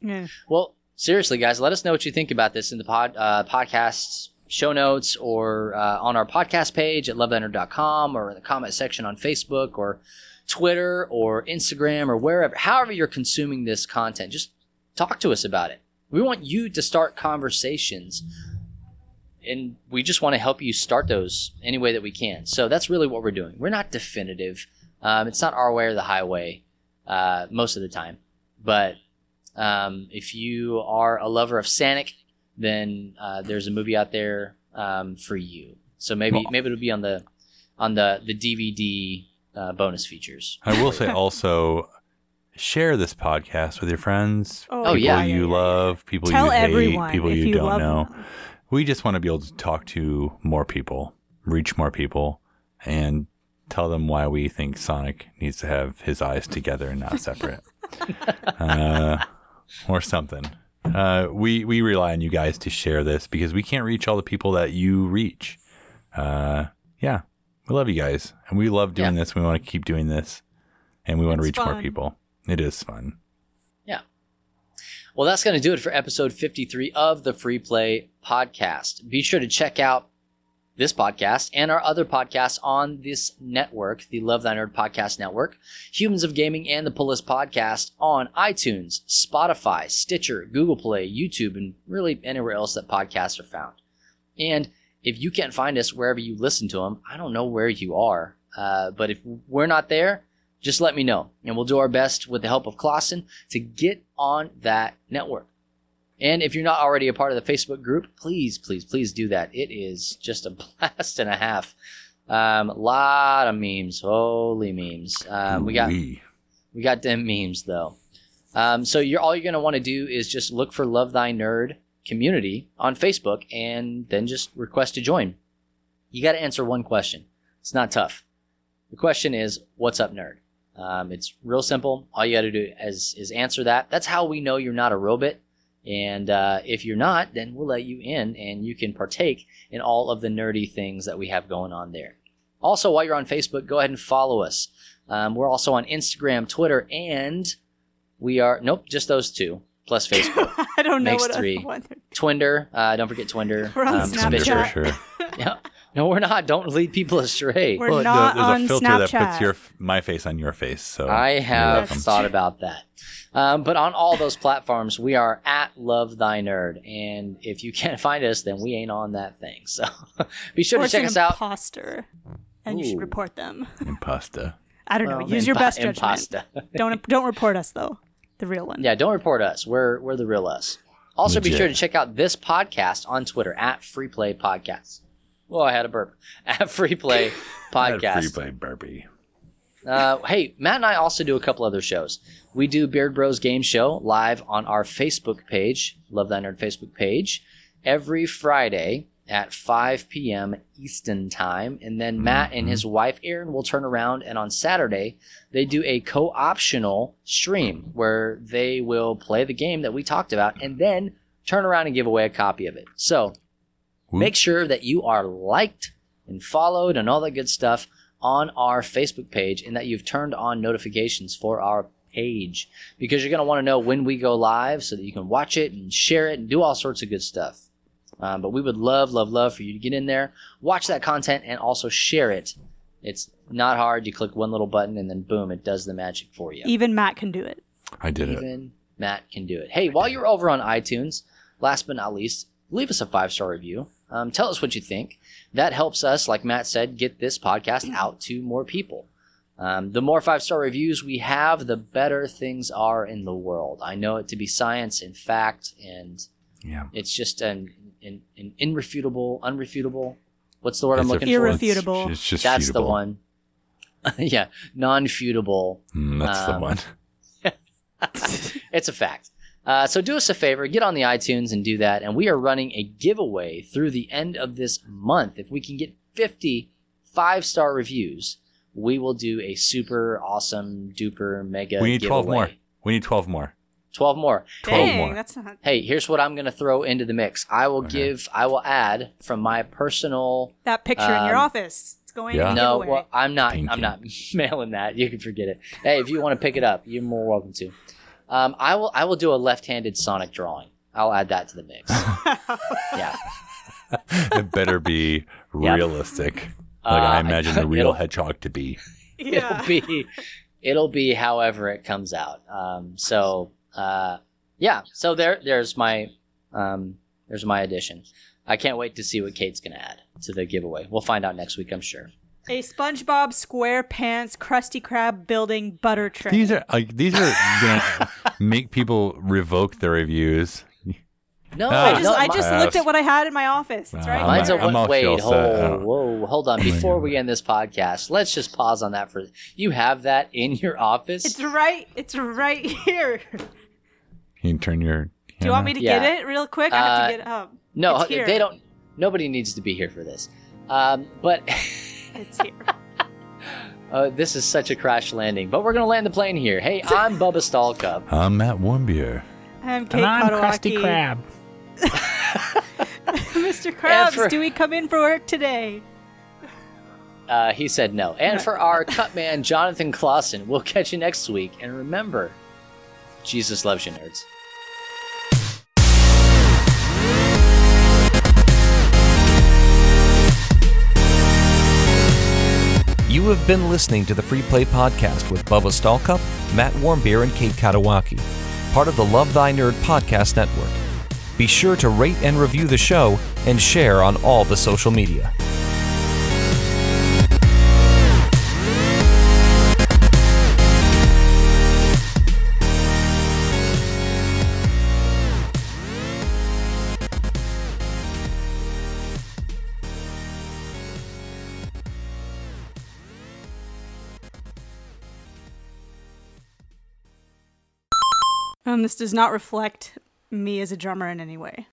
S4: yeah.
S1: Well, seriously, guys, let us know what you think about this in the pod uh, podcast show notes or uh, on our podcast page at lovetheinner.com or in the comment section on Facebook or Twitter or Instagram or wherever. However, you're consuming this content, just talk to us about it. We want you to start conversations and we just want to help you start those any way that we can. So that's really what we're doing. We're not definitive. Um, it's not our way or the highway uh, most of the time. But um, if you are a lover of Sonic, then uh, there's a movie out there um, for you. So maybe
S3: Well-
S1: maybe it'll be on the on the the DVD uh, bonus features.
S3: I will say also share this podcast with your friends,
S4: Oh,
S1: Oh,
S3: people
S1: yeah.
S3: you love, people
S4: Tell
S3: you hate,
S4: everyone
S3: people
S4: if
S3: you,
S4: you
S3: don't
S4: love
S3: know.
S4: them.
S3: We just want to be able to talk to more people, reach more people, and tell them why we think Sonic needs to have his eyes together and not separate, uh, or something. Uh, we we rely on you guys to share this because we can't reach all the people that you reach. Uh, yeah, we love you guys, and we love doing
S1: Yeah.
S3: this. We want to keep doing this, and we want to
S4: It's
S3: reach more
S4: fun.
S3: people. It is fun.
S1: Well, that's going to do it for episode 53 of the Free Play podcast. Be sure to check out this podcast and our other podcasts on this network, the Love Thy Nerd Podcast Network, Humans of Gaming, and the Pull List Podcast on iTunes, Spotify, Stitcher, Google Play, YouTube, and really anywhere else that podcasts are found. And if you can't find us wherever you listen to them, I don't know where you are, uh, but if we're not there, just let me know, and we'll do our best with the help of Clausen to get on that network. And if you're not already a part of the Facebook group, please, please, please do that. It is just a blast and a half. Um, lot of memes, holy memes. Um, we got
S3: Ooh-wee.
S1: we got them memes though. Um, so you're all you're going to want to do is just look for Love Thy Nerd community on Facebook and then just request to join. You got to answer one question. It's not tough. The question is, "What's up, nerd?" Um, it's real simple. All you got to do is is answer that. That's how we know you're not a robot. And uh, if you're not, then we'll let you in and you can partake in all of the nerdy things that we have going on there. Also, while you're on Facebook, go ahead and follow us. Um, we're also on Instagram, Twitter, and we are nope, just those two plus Facebook,
S4: I don't know
S1: Makes
S4: what
S1: three.
S4: other one.
S1: Twinder. Uh, don't forget Twinder.
S4: We're on
S1: Spitcher.
S4: Snapchat.
S3: Sure, sure.
S1: Yeah. No, we're not. Don't lead people astray.
S4: We're not
S3: there's
S4: on
S3: a filter that puts
S4: Snapchat.
S3: your f- my face on your face. So
S1: I have
S4: welcome.
S1: thought about that. Um, but on all those platforms, we are at Love Thy Nerd. And if you can't find us, then we ain't on that thing. So be sure
S4: Or
S1: to
S4: it's
S1: check
S4: an
S1: us out.
S4: Imposter, and you
S1: Ooh.
S4: should report them.
S3: impasta.
S4: I don't know.
S1: Well,
S4: Use your
S1: impa-
S4: best judgment.
S1: impasta.
S4: Don't don't report us though. The real one.
S1: Yeah, don't report us. We're we're the real us. Also, be
S3: Legit.
S1: sure to check out this podcast on Twitter at Free Play Podcast. Well, I had a burp at Free Play Podcast.
S3: Free play burpee.
S1: Uh, hey, Matt and I also do a couple other shows. We do Beard Bros Game Show live on our Facebook page, Love Thy Nerd Facebook page, every Friday at 5 p.m. Eastern Time. And then Matt and his wife, Erin, will turn around and on Saturday, they do a co optional stream where they will play the game that we talked about and then turn around and give away a copy of it. So
S3: Whoop.
S1: make sure that you are liked and followed and all that good stuff on our Facebook page and that you've turned on notifications for our page because you're going to want to know when we go live so that you can watch it and share it and do all sorts of good stuff. Um, but we would love, love, love for you to get in there, watch that content, and also share it. It's not hard. You click one little button and then boom, it does the magic for you.
S4: Even Matt can do it.
S3: I did it.
S1: Even Matt can do it. Hey, while you're over on iTunes, last but not least, leave us a five star review. Um, tell us what you think. That helps us, like Matt said, get this podcast out to more people. Um, the more five star reviews we have, the better things are in the world. I know it to be science and fact, and
S3: Yeah.
S1: it's just an, an, an irrefutable, unrefutable. What's the word I'm
S3: It's a-
S1: looking
S3: it's-
S1: for?
S4: Irrefutable.
S3: It's, just
S1: That's the
S3: feutable.
S1: one. yeah, non futable.
S3: Mm, that's the
S1: Um,
S3: one.
S1: It's a fact. Uh, so do us a favor, get on the iTunes and do that. And we are running a giveaway through the end of this month. If we can get 50 five star reviews, we will do a super awesome duper mega.
S3: We need
S1: giveaway.
S3: 12 more. We need 12 more.
S1: 12 more.
S3: 12
S4: Dang,
S3: more.
S4: that's not.
S1: Hey, here's what I'm going to throw into the mix. I will
S3: Okay.
S1: give, I will add from my personal
S4: That picture in your
S1: Um,
S4: office. It's going
S3: yeah.
S4: in the
S1: No,
S4: giveaway.
S1: well, I'm not.
S3: Thank
S1: I'm
S3: you.
S1: not mailing that. You can forget it. Hey, if you want to pick it up, you're more welcome to. Um, I will. I will do a left-handed Sonic drawing. I'll add that to the mix. yeah.
S3: it better be
S1: Yeah.
S3: realistic.
S1: Uh,
S3: Like I imagine the real
S1: it'll-
S3: hedgehog to be.
S4: yeah.
S1: It'll be. It'll be however it comes out. Um, so uh, yeah. So there. There's my. Um, there's my addition. I can't wait to see what Kate's gonna add to the giveaway. We'll find out next week, I'm sure.
S4: a SpongeBob SquarePants Krusty Krab building butter tray.
S3: These are like these are gonna make people revoke their reviews.
S1: No,
S3: I
S4: I
S1: no,
S4: just,
S1: my-
S4: I just
S3: Yes.
S4: looked at what I had in my office. It's right
S3: Uh,
S1: Mine's
S4: here.
S1: a
S3: I'm
S1: one.
S3: all
S1: Wait,
S3: shelf
S1: hold,
S3: set out.
S1: whoa, hold on.
S3: my
S1: Before
S3: God.
S1: we end this podcast, let's just pause on that for. You have that in your office?
S4: It's right. It's right here. Do
S3: You can turn your.
S4: you want me to
S1: Yeah.
S4: get it real quick? I have to
S1: Uh,
S4: get up.
S1: no,
S4: it's here.
S1: they don't. Nobody needs to be here for this. Um, but
S4: It's here.
S1: uh, this is such a crash landing. But we're gonna land the plane here. Hey, I'm Bubba Stallcup.
S3: I'm Matt Warmbier.
S4: I'm Kate
S5: And I'm
S4: Kotowaki.
S5: Krusty Krab.
S4: Mr. Krabs,
S1: for-
S4: do we come in for work today?
S1: Uh, he said no. And for our cut man, Jonathan Clausen, we'll catch you next week. And remember, Jesus loves you, nerds.
S2: You have been listening to the Free Play Podcast with Bubba Stallcup, Matt Warmbier, and Kate Katawaki, part of the Love Thy Nerd Podcast Network. Be sure to rate and review the show and share on all the social media.
S4: Um, this does not reflect me as a drummer in any way.